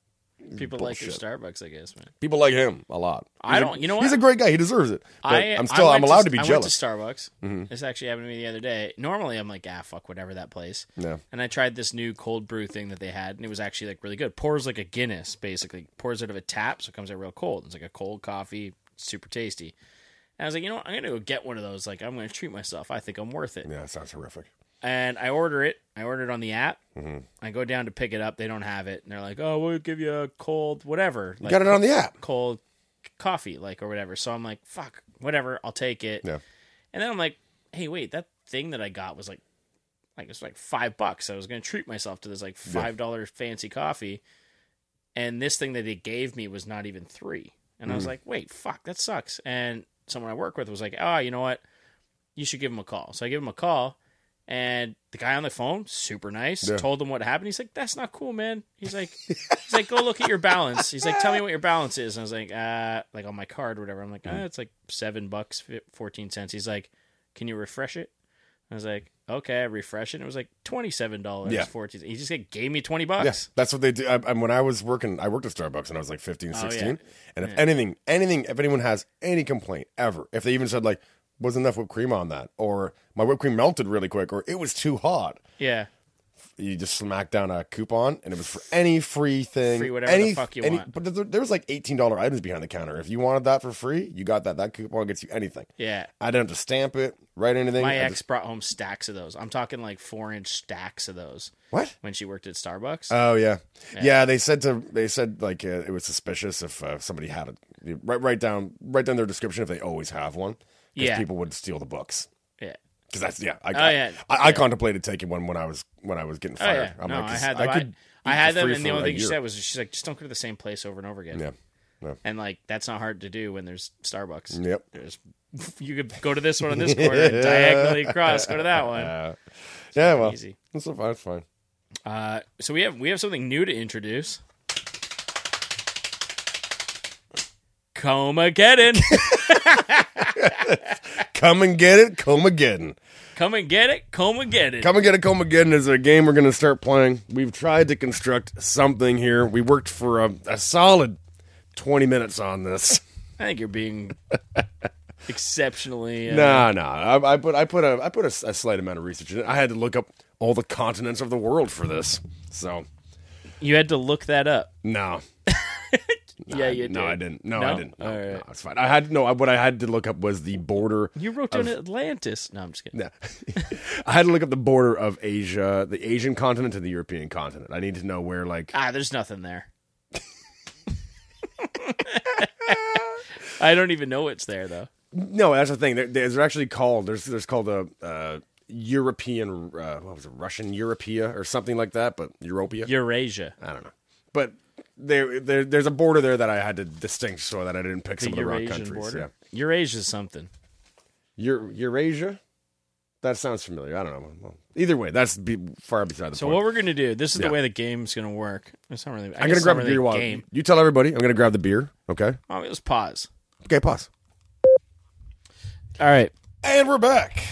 B: people
A: bullshit.
B: like your Starbucks, I guess, man.
A: People like him a lot.
B: I
A: He's a-
B: don't- you know
A: He's a
B: what?
A: great guy. He deserves it. But I,
B: I,
A: am still.
B: I
A: I'm
B: went to-
A: allowed to, be
B: I
A: jealous. Mm-hmm.
B: went to Starbucks. This actually happened to me the other day. Normally, I'm like, ah, fuck, whatever that place.
A: Yeah.
B: And I tried this new cold brew thing that they had, and it was actually like really good. Pours like a Guinness, basically. Pours out of a tap, so it comes out real cold. It's like a cold coffee, super tasty. And I was like, you know what? I'm gonna go get one of those. Like, I'm gonna treat myself. I think I'm worth it.
A: yeah, that sounds horrific.
B: And I order it. I order it on the app.
A: Mm-hmm.
B: I go down to pick it up. They don't have it, and they're like, oh, we'll give you a cold whatever. Like,
A: got it on the app.
B: cold coffee, like or whatever. So I'm like, fuck, whatever, I'll take it.
A: Yeah.
B: And then I'm like, hey, wait, that thing that I got was like, like it's like five bucks. I was gonna treat myself to this like five dollar fancy coffee, and this thing that they gave me was not even three. And I was
A: Hmm.
B: like, wait, fuck, that sucks. And someone I work with was like, oh, you know what, you should give him a call. So I give him a call. And the guy on the phone, super nice,
A: Yeah.
B: told him what happened. He's like, "That's not cool, man." He's like, "He's like, go look at your balance." He's like, "Tell me what your balance is." And I was like, "Uh, like on my card, or whatever." I'm
A: Hmm.
B: like, "Uh, it's like seven bucks fi- fourteen cents." He's like, "Can you refresh it?" I was like, "Okay, I refresh it." It was like twenty seven dollars
A: Yeah.
B: fourteen. He just like, gave me twenty
A: Yeah,
B: bucks.
A: that's what they do. I, I, when I was working, I worked at Starbucks and I was like 15, 16.
B: Oh, yeah.
A: And if
B: Yeah.
A: anything, anything, if anyone has any complaint ever, if they even said like, wasn't enough whipped cream on that, or my whipped cream melted really quick, or it was too hot,
B: Yeah,
A: you just smack down a coupon and it was for any free thing.
B: Free whatever
A: any,
B: the fuck you
A: any-
B: want.
A: But there, there was like $18 items behind the counter. If you wanted that for free, you got that. That coupon gets you anything.
B: yeah.
A: I didn't have to stamp it, write anything.
B: My
A: I
B: ex
A: just-
B: brought home stacks of those. I'm talking like four inch stacks of those
A: what?
B: when she worked at Starbucks.
A: Oh yeah. yeah, They said to they said like uh, it was suspicious if uh, somebody had it. Write write down write down their description if they always have one. 'cause
B: Yeah.
A: people would steal the books.
B: yeah.
A: Because that's yeah. I,
B: Oh, yeah.
A: I, I contemplated taking one when I was when I was getting
B: Oh,
A: fired.
B: yeah. no, I
A: this-
B: had them. I,
A: could
B: I
A: eat
B: had
A: for
B: them,
A: free
B: and
A: for
B: the only
A: a
B: thing she
A: year.
B: said was, she's like, just don't go to the same place over and over again.
A: Yeah.
B: And like, that's not hard to do when there's Starbucks.
A: Yep.
B: There's, you could go to this one on this corner, and diagonally across, go to that one.
A: Uh, yeah, well,
B: easy.
A: that's fine. That's fine.
B: Uh, so we have we have something new to introduce. Comageddon,
A: Come and get it, Comageddon.
B: come and get it, Comageddon.
A: Come and get it, Comageddon is a game we're going to start playing. We've tried to construct something here. We worked for a, a solid twenty minutes on this.
B: I think you're being exceptionally. Uh,
A: No, no. I, I put I put a I put a, s- a slight amount of research in it. I had to look up all the continents of the world for this. So
B: You had to look that up.
A: no, No,
B: Yeah,
A: I-
B: you
A: No,
B: did.
A: I didn't. No, I
B: No?
A: didn't. No,
B: All right.
A: no, it's fine. I had no. I- What I had to look up was the border.
B: You wrote down Atlantis. No, I'm just kidding.
A: Yeah. I had to look up the border of Asia, the Asian continent and the European continent. I need to know where, like,
B: Ah, there's nothing there. I don't even know it's there though.
A: no, that's the thing. They're, they're actually called. There's there's called a uh, European, uh, what was it, Russian Europea or something like that, but Europea.
B: Eurasia.
A: I don't know. But there, there there's a border there that I had to distinct so that I didn't pick
B: The
A: some of the wrong
B: Eurasian
A: countries.
B: border.
A: Yeah.
B: Eurasia's something.
A: Eur- Eurasia? That sounds familiar. I don't know. Well, either way, that's be far beside the
B: So
A: point.
B: what we're gonna do? This is
A: Yeah.
B: the way the game's gonna work. It's not really. I
A: I'm
B: guess
A: gonna
B: it's
A: grab
B: not
A: a
B: really
A: beer while
B: game.
A: you tell everybody. I'm gonna grab the beer. Okay.
B: Oh, let's pause.
A: Okay. Pause.
B: All right.
A: And we're back.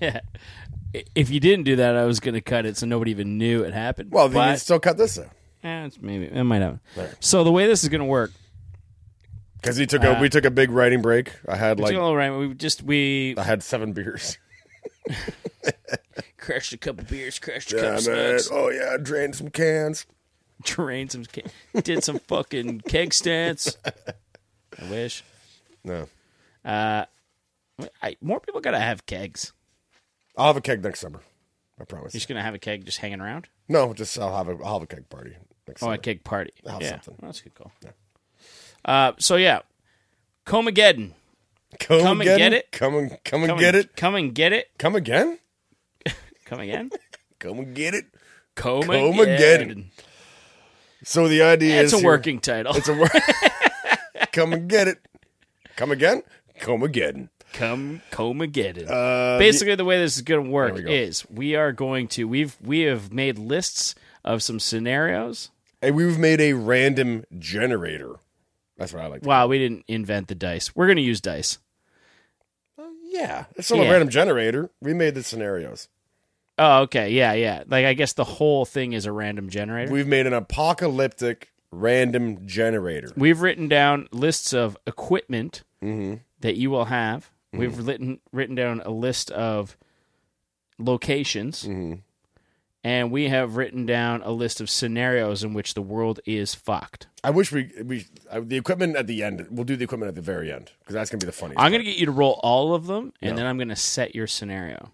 B: If you didn't do that, I was gonna cut it so nobody even knew it happened.
A: Well, then you
B: but,
A: still cut this out
B: eh, it's maybe it might happen. So the way this is gonna work,
A: because he took a we took a big writing break. I had
B: it's
A: like
B: gonna Ah. all right. We just we
A: I had seven beers.
B: crashed a couple beers, crashed a
A: Yeah,
B: couple
A: man.
B: snacks,
A: Oh yeah, I drained some cans.
B: drained some, ke- did some fucking keg stance. I wish.
A: No,
B: I, more people gotta have kegs.
A: I'll have a keg next summer. I promise.
B: You're just gonna have a keg just hanging around.
A: No, just I'll have a I'll have a keg party next
B: Oh,
A: summer.
B: a keg party.
A: have
B: yeah,
A: something.
B: that's a good call. Uh, so yeah, Comageddon.
A: Come,
B: Come and get it?
A: Come and come and
B: Come
A: get
B: and,
A: it.
B: Come and get it.
A: Come again.
B: Come again.
A: Come and get it.
B: Comageddon.
A: Comageddon. So the idea is
B: It's a
A: here-
B: working title.
A: It's a word. Come and get it. Come again. Come again.
B: Come Comageddon.
A: Uh,
B: Basically, the way this is going to work
A: we go.
B: is we are going to we've we have made lists of some scenarios.
A: and we've made a random generator. That's what I like. to-
B: Wow, we didn't invent the dice. We're going to use dice.
A: yeah, it's not a
B: Yeah.
A: random generator. We made the scenarios.
B: Oh, okay, yeah, yeah. Like I guess the whole thing is a random generator.
A: We've made an apocalyptic random generator.
B: We've written down lists of equipment that you will have. We've written written down a list of locations, and we have written down a list of scenarios in which the world is fucked.
A: I wish we we I, the equipment at the end. We'll do the equipment at the very end because that's gonna be the funniest.
B: I'm going to get you to roll all of them, and then I'm going to set your scenario.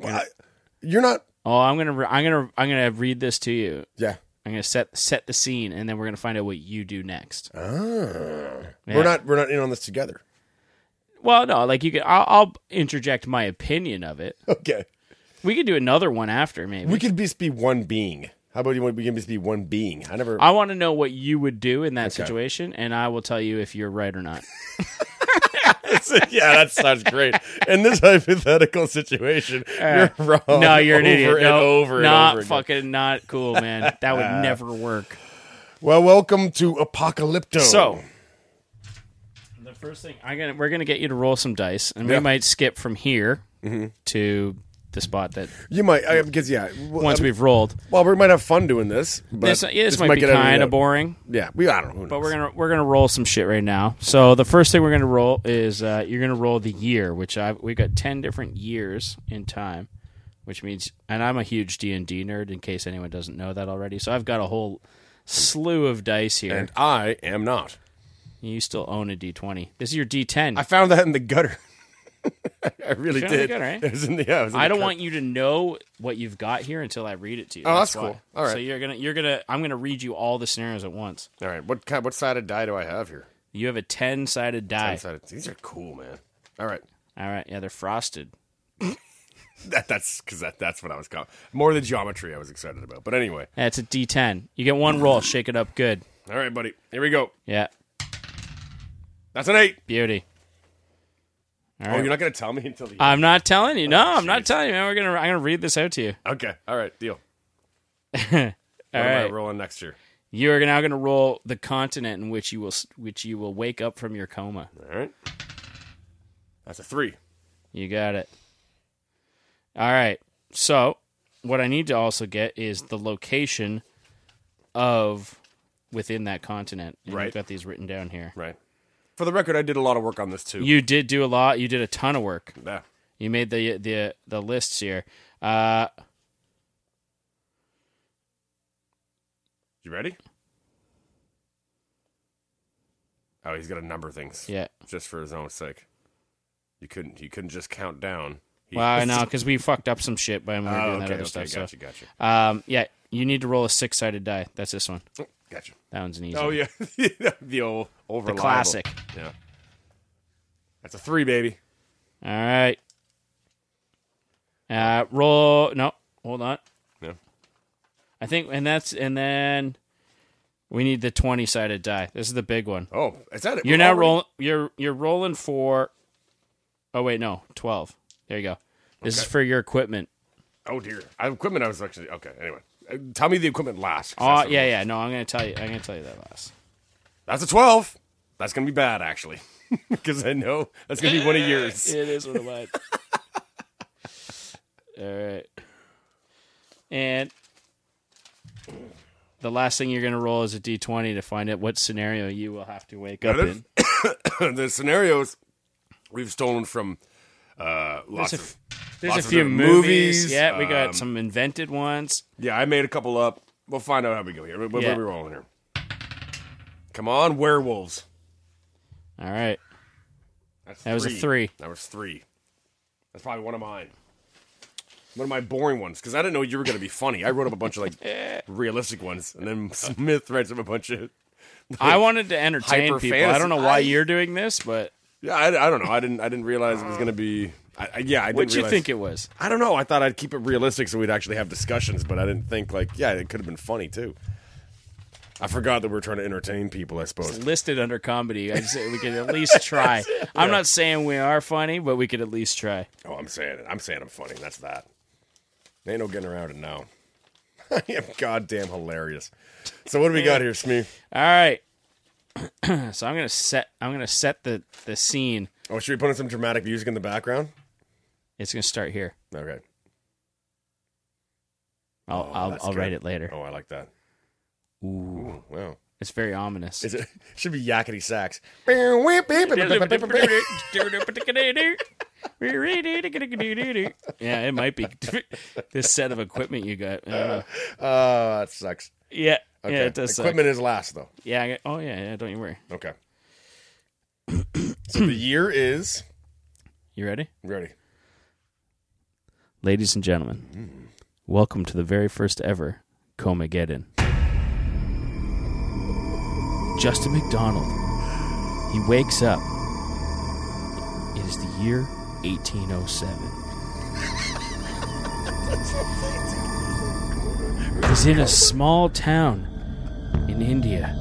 A: Well, I- you're not.
B: Oh, I'm going to re- I'm going to I'm going to read this to you.
A: Yeah.
B: I'm going to set set the scene, and then we're going to find out what you do next.
A: Ah.
B: Yeah.
A: We're not. We're not in on this together.
B: Well, no, like you can. I'll, I'll interject my opinion of it.
A: Okay.
B: We could do another one after, maybe.
A: We could just be one being. How about you? want- We can just be one being. I never.
B: I want to know what you would do in that situation, and I will tell you if you're right or not.
A: yeah, that sounds great. In this hypothetical situation, you're wrong.
B: Eh. no, you're an
A: Oh, over
B: idiot.
A: And
B: No,
A: over and
B: not
A: over again. Ah.
B: fucking not cool, man. That would never work.
A: Well, welcome to Apocalypto.
B: So, the first thing I'm gonna we're gonna get you to roll some dice, and
A: Yeah. Mm-hmm.
B: we might skip from here to the spot that
A: you might I, because yeah, well,
B: once we've rolled.
A: well, we might have fun doing this, but
B: This, yeah, this might, be
A: get edited
B: kind
A: out.
B: of boring,
A: Yeah, we I don't know.
B: but we're gonna we're gonna roll some shit right now. So the first thing we're gonna roll is uh, you're gonna roll the year, which I we got ten different years in time, which means and I'm a huge D and D nerd. In case anyone doesn't know that already, so I've got a whole slew of dice here.
A: and I am not.
B: you still own a D twenty. This is your D ten.
A: I found that in the gutter. I really
B: Found it in the
A: did.
B: gutter, eh?
A: It was in the, yeah, it was in
B: I
A: the
B: don't
A: cur-
B: want you to know what you've got here until I read it to you.
A: Oh, that's
B: why.
A: cool. All right.
B: So you're gonna you're gonna I'm gonna read you all the scenarios at once.
A: All right, what kind? What side of die do I have here?
B: You have a ten sided die.
A: Inside of- these are cool, man. All right,
B: All right. Yeah, they're frosted.
A: that, that's because that, that's what I was called. More the geometry I was excited about. But anyway,
B: Yeah, it's a D ten. You get one roll. Shake it up good.
A: all right, buddy, here we go.
B: Yeah.
A: That's an eight.
B: Beauty. All
A: Oh,
B: right. Uh,
A: you're not gonna tell me until the
B: I'm not telling you. No, I'm not telling you, man. We're gonna I'm gonna read this out to you.
A: okay. All right, deal.
B: All
A: what am I
B: right.
A: rolling next year?
B: You are now gonna roll the continent in which you will s- which you will wake up from your coma.
A: All right, that's a three.
B: You got it. All right. So, what I need to also get is the location of within that continent. And
A: Right.
B: I've got these written down here.
A: Right. For the record, I did a lot of work on this too.
B: You did do a lot. You did a ton of work.
A: yeah.
B: You made the the the lists here. Uh,
A: You ready? Oh, he's got to number things.
B: Yeah.
A: Just for his own sake. You couldn't. You couldn't just count down. He
B: Well, I
A: has
B: know
A: to-
B: because we fucked up some shit by when we were
A: Oh,
B: doing
A: okay,
B: that other
A: okay,
B: stuff.
A: gotcha,
B: so,
A: gotcha,
B: um, yeah, you need to roll a six-sided die. That's this one.
A: Oh, gotcha.
B: That one's an easy.
A: Oh
B: one.
A: yeah, the old over
B: classic.
A: Yeah, that's a three, baby.
B: All right. Uh, roll. No, hold on.
A: Yeah.
B: I think, and that's, and then we need the twenty-sided die. This is the big one.
A: Oh, is that it?
B: You're
A: We're
B: now
A: already-
B: rolling. You're you're rolling for. Oh wait, no, twelve. There you go. This is
A: Okay.
B: for your equipment.
A: Oh dear, I, equipment. I was actually okay. Anyway, Uh, tell me the equipment last. 'cause
B: Oh
A: that's what-
B: yeah, yeah. No, I'm gonna tell you. I'm gonna tell you that last.
A: that's a twelve. That's gonna be bad actually, because I know that's gonna be one of yours.
B: It is what it was. All right. And the last thing you're going to roll is a d20 to find out what scenario you will have to wake up
A: Got it.
B: in.
A: the scenarios we've stolen from uh, lots
B: a
A: of.
B: f- There's a
A: Lots of
B: few
A: different
B: movies.
A: movies,
B: Yeah, we got
A: um,
B: some invented ones.
A: Yeah, I made a couple up. We'll find out how we go here. What, what
B: Yeah.
A: are we rolling here? Come on, werewolves.
B: All right.
A: That's
B: That was a three.
A: That was three. That's probably one of mine. One of my boring ones because I didn't know you were going to be funny. I wrote up a bunch of like realistic ones, and then Smith writes up a bunch of.
B: I wanted to entertain
A: hyper
B: people. I
A: fantasy.
B: don't know why
A: I-
B: you're doing this, but
A: Yeah, I, I don't know. I didn't. I didn't realize it was going to be. I, I, yeah, I didn't.
B: what you
A: realize-
B: think it was?
A: I don't know. I thought I'd keep it realistic so we'd actually have discussions, but I didn't think like, yeah, it could have been funny too. I forgot that we're trying to entertain people. I suppose.
B: Listed under comedy. I just, we could at least try. I'm not saying we are funny, but we could at least try.
A: Oh, I'm saying it. I'm saying I'm funny. That's that. Ain't no getting around it now. I am goddamn hilarious. So what do we got here, Smee?
B: All right. so I'm gonna set. I'm gonna set the the scene.
A: Oh, should we put in some dramatic music in the background?
B: It's gonna start here.
A: Okay.
B: I'll
A: Oh,
B: I'll,
A: that's
B: I'll write
A: good.
B: it later.
A: Oh, I like that.
B: Ooh,
A: Ooh, wow.
B: it's very ominous.
A: Is it should be yakety sax.
B: yeah, it might be this set of equipment you got. I don't know.
A: Oh, that sucks.
B: Yeah,
A: Okay.
B: yeah, it does. Suck.
A: Equipment is last though.
B: Yeah. I got- Oh yeah, yeah. Don't you worry.
A: Okay. so the year is
B: You ready?
A: ready.
B: Ladies and gentlemen, welcome to the very first ever Comageddon. Justin McDonald. He wakes up. It is the year 1807. He's in a small town in India.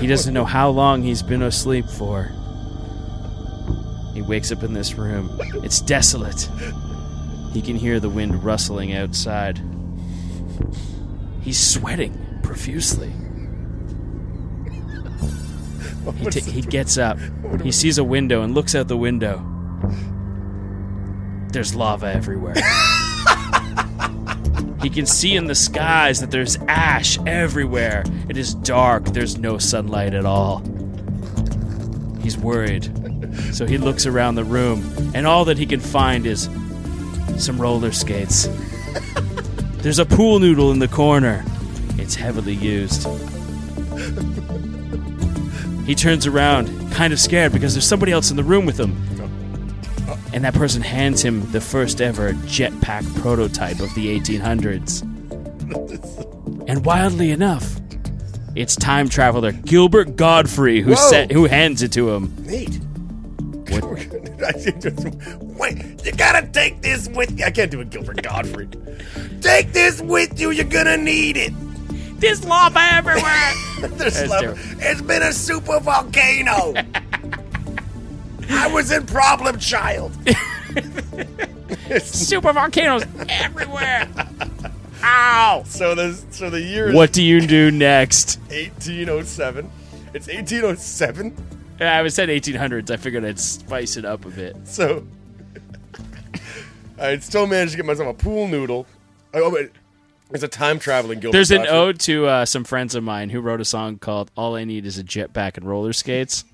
B: He doesn't know how long he's been asleep for. He wakes up in this room. It's desolate. He can hear the wind rustling outside. He's sweating profusely. He, ta- he gets up. He sees a window and looks out the window. There's lava everywhere. he can see in the skies that there's ash everywhere. It is dark. There's no sunlight at all. He's worried. So he looks around the room, and all that he can find is some roller skates. There's a pool noodle in the corner. It's heavily used. He turns around, kind of scared because there's somebody else in the room with him. And that person hands him the first ever jetpack prototype of the 1800s. And wildly enough, it's time traveler Gilbert Godfrey who
A: Whoa.
B: set, who hands it to him.
A: Neat. I just- Wait, you gotta take this with you. I can't do it, Gilbert Godfrey. Take this with you. You're gonna need it.
B: This lava everywhere.
A: There's
B: That's
A: lava- It's been a super volcano. I was in Problem Child.
B: Super volcanoes everywhere. Ow.
A: So the so the year is
B: What do you do next?
A: 1807. It's 1807.
B: I was said 1800s. I figured I'd spice it up a bit.
A: So I still managed to get myself a pool noodle. Oh, wait. It's a time traveling Gilbert.
B: There's an
A: Godfrey.
B: ode to uh, some friends of mine who wrote a song called "All I Need Is a Jetpack and Roller Skates."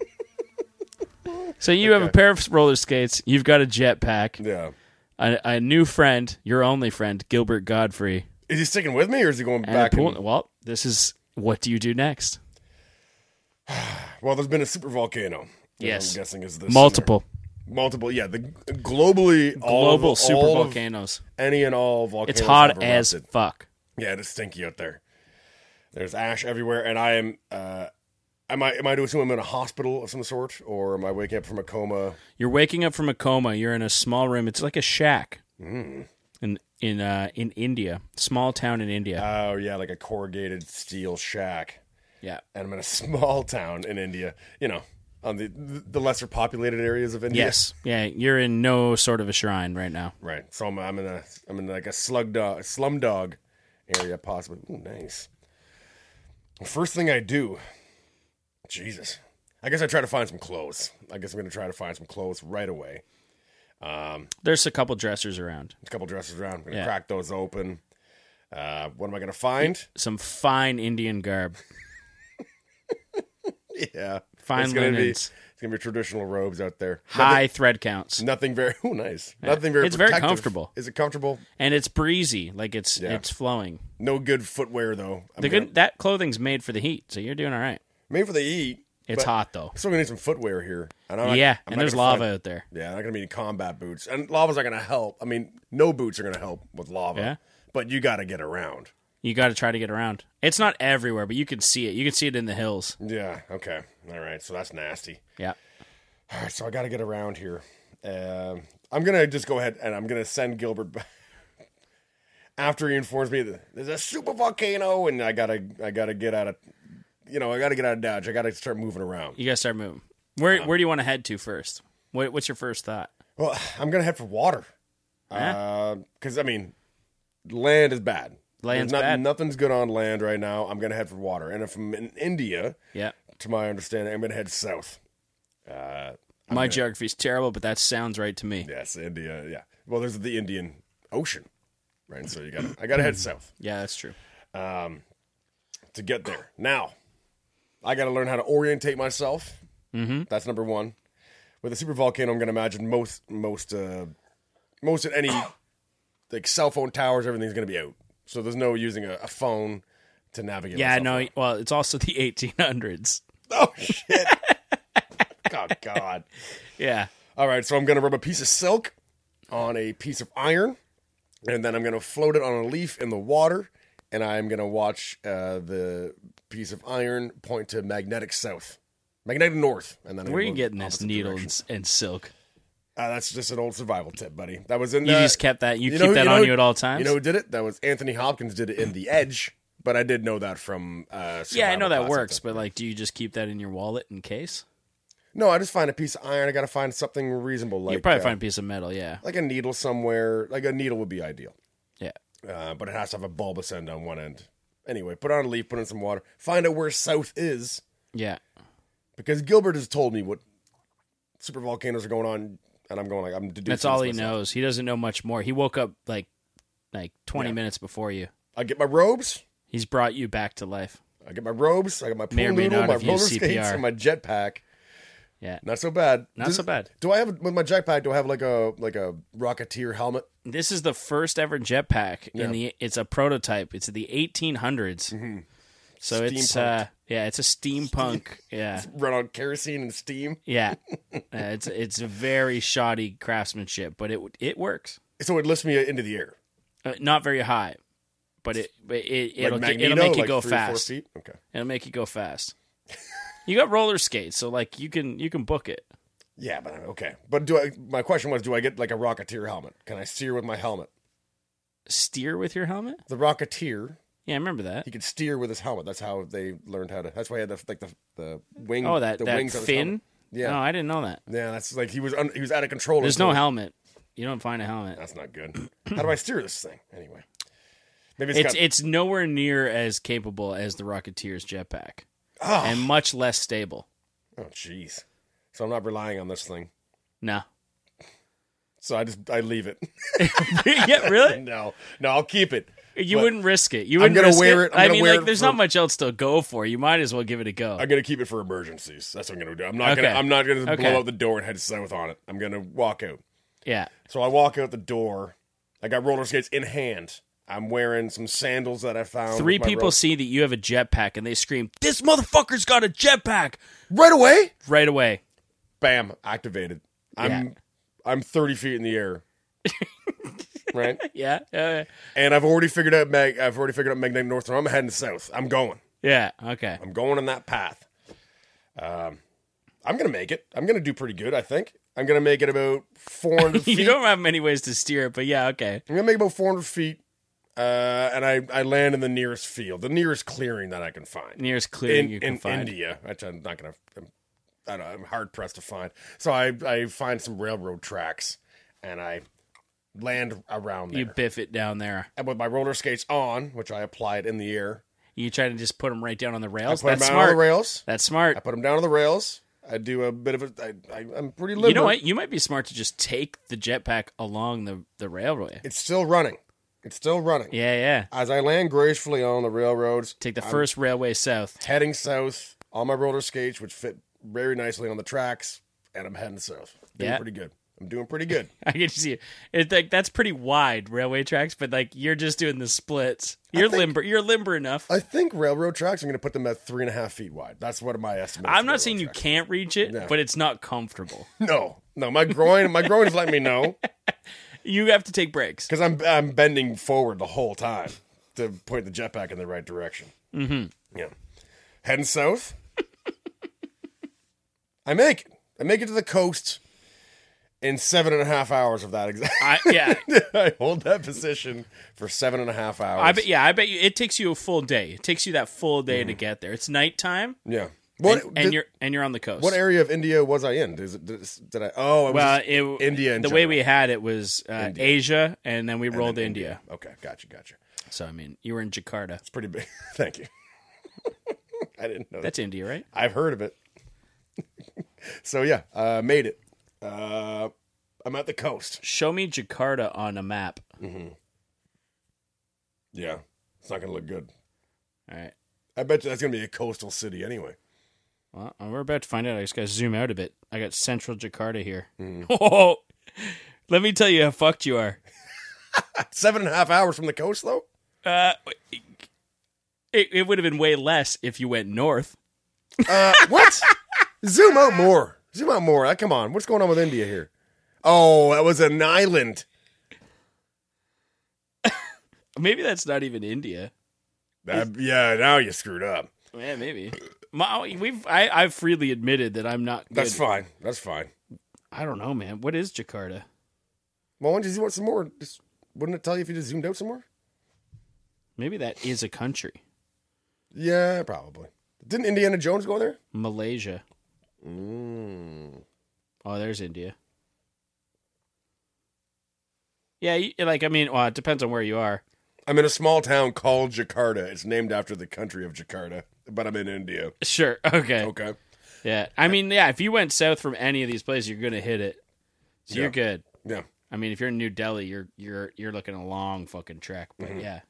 B: so you have a
A: Okay.
B: pair of roller skates. You've got a jetpack.
A: Yeah.
B: A, a new friend, your only friend, Gilbert Godfrey,
A: Is he sticking with me, or is he going
B: and
A: back?
B: a pool.
A: and-
B: well, this is what do you do next?
A: Well, there's been a super volcano.
B: Yes.
A: I'm guessing is this
B: Multiple
A: summer. multiple. Yeah, the globally all
B: global
A: of,
B: super
A: all of
B: volcanoes.
A: any and all volcanoes.
B: It's hot
A: have
B: as
A: erupted.
B: fuck.
A: yeah. It is stinky out there. There's ash everywhere, and I am. Uh, am I am I to assume I'm in a hospital of some sort, or am I waking up from a coma?
B: You're waking up from a coma. You're in a small room. It's like a shack
A: Hmm.
B: in in uh, in India, small town in India.
A: Oh yeah, like a corrugated steel shack.
B: yeah,
A: and I'm in a small town in India. You know, on the the lesser populated areas of India.
B: Yes. Yeah, you're in no sort of a shrine right now.
A: Right. So I'm, I'm in a I'm in like a slug dog slum dog area possibly. Ooh, nice. The first thing I do, Jesus. I guess I try to find some clothes. I guess I'm gonna try to find some clothes right away.
B: There's a couple dressers around.
A: A couple dresses around. I'm gonna
B: Yeah.
A: crack those open. Uh, what am I gonna find?
B: Some fine Indian garb.
A: Yeah,
B: Fine
A: it's gonna be
B: linens.
A: it's gonna be traditional robes out there.
B: High thread counts.
A: Nothing very. Oh, nice. Nothing very.
B: It's very
A: protective.
B: comfortable.
A: Is it comfortable?
B: And it's breezy, like it's
A: Yeah.
B: it's flowing.
A: No good footwear though. I
B: The
A: mean,
B: good that clothing's made for the heat, so you're doing all right.
A: made for the heat.
B: It's hot though.
A: I'm still gonna need some footwear here. And I'm not-
B: yeah,
A: I'm
B: and
A: not
B: there's
A: gonna
B: lava
A: find-
B: out there.
A: yeah, I'm not gonna need combat boots, and lava's not gonna help. I mean, no boots are gonna help with lava.
B: Yeah.
A: but you got to get around.
B: You got to try to get around. It's not everywhere, but you can see it. You can see it in the hills.
A: Yeah. Okay. All right. So that's nasty.
B: Yeah.
A: All right. So I got to get around here. Um, I'm gonna just go ahead and I'm gonna send Gilbert. back- After he informs me that there's a super volcano and I gotta, I gotta get out of, you know, I gotta get out of Dodge. I gotta start moving around.
B: You got to start moving. Where where do you want to head to first? What, what's your first thought?
A: Well, I'm gonna head for water.
B: Yeah.
A: Because I mean, land is bad.
B: Land's
A: There's
B: bad.
A: Nothing's good on land right now. I'm gonna head for water, and if I'm in India,
B: Yeah.
A: to my understanding, I'm gonna head south.
B: My geography's terrible, but that sounds right to me.
A: Yes, India. Yeah. Well, there's the Indian Ocean, right? So you got, to I gotta
B: Hmm.
A: head south
B: Yeah, that's true.
A: to get there. Now, I gotta learn how to orientate myself. Mm-hmm. That's number one. With a super volcano, I'm gonna imagine most, most, uh, most at any like cell phone towers, everything's gonna be out. So there's no using a, a phone to navigate.
B: Yeah,
A: myself
B: no.
A: around.
B: Well, it's also the 1800s.
A: Oh shit. oh god.
B: Yeah.
A: All right, so I'm gonna rub a piece of silk on a piece of iron, and then I'm gonna float it on a leaf in the water, and I'm gonna watch uh, the piece of iron point to magnetic south, magnetic north, and then I'm
B: Where are
A: gonna
B: you
A: move
B: getting this
A: opposite
B: needle
A: direction.
B: and, and silk?
A: Uh, that's just an old survival tip, buddy. That was in
B: You
A: the.
B: just kept that. You,
A: Uh, you
B: keep
A: know-
B: that
A: you
B: on
A: know-
B: you at all times.
A: you know who did it? That was Anthony Hopkins did it in The Edge, but I did know that from. Uh,
B: yeah, I know
A: survival
B: that
A: class
B: works,
A: something.
B: but like, do you just keep that in your wallet in case?
A: no, I just find a piece of iron. I gotta find something reasonable, like
B: you probably
A: uh,
B: find a piece of metal. Yeah,
A: like a needle somewhere. Like a needle would be ideal.
B: yeah.
A: uh, but it has to have a bulbous end on one end. Anyway, put on a leaf, put in some water, find out where south is,
B: Yeah.
A: because Gilbert has told me what super volcanoes are going on, and I'm going like I'm deducing.
B: That's all
A: this
B: he
A: myself.
B: knows. He doesn't know much more. He woke up like like 20
A: Yeah.
B: minutes before you.
A: I get my robes.
B: He's brought you back to life.
A: I get my robes. I get my pool
B: May or may
A: noodle,
B: not
A: my
B: have
A: roller
B: used
A: skates,
B: CPR.
A: and my jetpack.
B: Yeah.
A: Not so bad.
B: Not so bad.
A: Do I have with my jetpack? Do I have like a like a rocketeer helmet?
B: This is the first ever jetpack
A: Yeah.
B: in the it's a prototype. It's the 1800s. So it's
A: Mm-hmm. Steampunk.
B: uh yeah, it's a steampunk. Yeah.
A: Run on kerosene and steam.
B: Yeah. Uh, it's it's a very shoddy craftsmanship, but it it works.
A: So it lifts me into the air,
B: Uh, not very high, but it but it
A: like
B: it'll, get-
A: Magneto,
B: it'll make you
A: like
B: go
A: three or four
B: fast.
A: feet. Okay.
B: It'll make you go fast. you got roller skates, so like you can you can book it.
A: Yeah, but okay. But do I? My question was, do I get like a rocketeer helmet? Can I steer with my helmet?
B: Steer with your helmet.
A: The rocketeer,
B: Yeah, I remember that.
A: he could steer with his helmet. That's how they learned how to. That's why he had the like the the wing.
B: Oh, that
A: the
B: that
A: wings on his
B: fin.
A: helmet. Yeah.
B: No, I didn't know that.
A: Yeah, that's like he was un, he was out of control.
B: There's
A: until-
B: no helmet. You don't find a helmet.
A: That's not good. How do I steer this thing anyway? Maybe it's,
B: It's
A: got.
B: it's nowhere near as capable as the Rocketeer's jetpack,
A: oh,
B: and much less stable.
A: oh, jeez. So I'm not relying on this thing.
B: No.
A: So I just I leave it.
B: yeah, really?
A: no, no, I'll keep it.
B: You
A: But
B: wouldn't risk it. You wouldn't
A: gonna
B: risk
A: wear it- I'm
B: I
A: gonna
B: mean,
A: wear
B: like,
A: it
B: there's
A: for-
B: not much else to go for. You might as well give it a go.
A: I'm gonna keep it for emergencies. That's what I'm gonna do. I'm not
B: Okay.
A: gonna I'm not gonna
B: Okay.
A: blow out the door and head south on it. I'm gonna walk out.
B: Yeah.
A: So I walk out the door. I got roller skates in hand. I'm wearing some sandals that I found.
B: Three
A: with my
B: people
A: rope.
B: see that you have a jetpack and they scream, This motherfucker's got a jetpack
A: right away.
B: right away.
A: Bam, activated. I'm
B: Yeah.
A: I'm 30 feet in the air. right,
B: Yeah. Uh, Yeah.
A: and I've already figured out mag. I've already figured out magnetic north. So I'm heading south. I'm going.
B: Yeah. Okay.
A: I'm going on that path. Um, I'm gonna make it. I'm gonna do pretty good. I think. I'm gonna make it about 400 feet.
B: You don't have many ways to steer it, but yeah, okay.
A: I'm gonna make about 400 feet, uh, and I I land in the nearest field, the nearest clearing that I can find.
B: Nearest clearing
A: in,
B: you can
A: in
B: find.
A: India, which I'm not gonna. I'm, I don't know, I'm hard pressed to find. So I I find some railroad tracks, and I land around there.
B: You biff it down there.
A: and with my roller skates on, which I applied in the air,
B: You try to just put them right down on the
A: I
B: rails.
A: put them
B: That's
A: down on
B: smart.
A: the rails.
B: That's smart.
A: I put them down on the rails. I do a bit of a. I, I, I'm pretty liberal.
B: You know what? You might be smart to just take the jetpack along the the railway.
A: It's still running. It's still running.
B: Yeah, yeah.
A: As I land gracefully on the railroads,
B: Take the
A: I'm
B: first railway south.
A: heading south on my roller skates, which fit very nicely on the tracks, and I'm heading south. Doing
B: Yeah.
A: pretty good. I'm doing pretty good.
B: I can see it. It's like that's pretty wide railway tracks, but like you're just doing the splits. You're
A: think-
B: limber. You're limber enough.
A: I think railroad tracks. I'm going to put them at three and a half feet wide. That's what my estimate. is for
B: I'm not
A: railroad
B: saying you
A: tracks.
B: can't reach it,
A: No.
B: but it's not comfortable.
A: No, no. My groin, my groin's letting me know
B: You have to take breaks.
A: because I'm I'm bending forward the whole time to point the jetpack in the right direction. Mm-hmm. Yeah, heading south. I make it. I make it to the coast in seven and a half hours of that. Exact.
B: I, yeah,
A: I hold that position for seven and a half hours.
B: I bet. Yeah, I bet you. It takes you a full day. It takes you that full day to get there. It's nighttime,
A: Yeah. Mm. What
B: and
A: did-
B: you're and you're on the coast.
A: what area of India was I in? Is it, did, did I? Oh, I was
B: Well,
A: just-
B: it,
A: India in
B: the way
A: general.
B: we had it was uh, Asia, and then we rolled to India.
A: Okay, gotcha, gotcha.
B: So I mean, you were in Jakarta.
A: It's pretty big. Thank you. I didn't know that.
B: That's India, right?
A: I've heard of it. so yeah, uh, made it. Uh, I'm at the coast.
B: Show me Jakarta on a map.
A: Yeah, it's not gonna look good.
B: All right.
A: I bet you that's gonna be a coastal city anyway.
B: Well, we're about to find out. I just got to zoom out a bit. I got central Jakarta here. Oh, let me tell you how fucked you are.
A: Seven and a half hours from the coast, though.
B: Uh, it it would have been way less if you went north.
A: Uh, what? Zoom out more. Zoom out more. Uh, come on, what's going on with India here? Oh, that was an island.
B: Maybe that's not even India.
A: That- yeah, now you screwed up.
B: Yeah, maybe. My, we've I, I've freely admitted that I'm not. Good.
A: That's fine. That's fine.
B: I don't know, man. What is Jakarta?
A: Well, why don't you zoom out some more? Just wouldn't it tell you if you just zoomed out some more?
B: Maybe that is a country.
A: Yeah, probably. Didn't Indiana Jones go there?
B: Malaysia.
A: Mm.
B: Oh, there's India. Yeah, you, like I mean, well, it depends on where you are.
A: I'm in a small town called Jakarta. It's named after the country of Jakarta, but I'm in India.
B: Sure. Okay.
A: Okay.
B: Yeah. I mean, yeah. If you went south from any of these places, you're gonna hit it. So
A: Yeah.
B: you're good.
A: Yeah.
B: I mean, if you're in New Delhi, you're you're you're looking a long fucking trek. But yeah,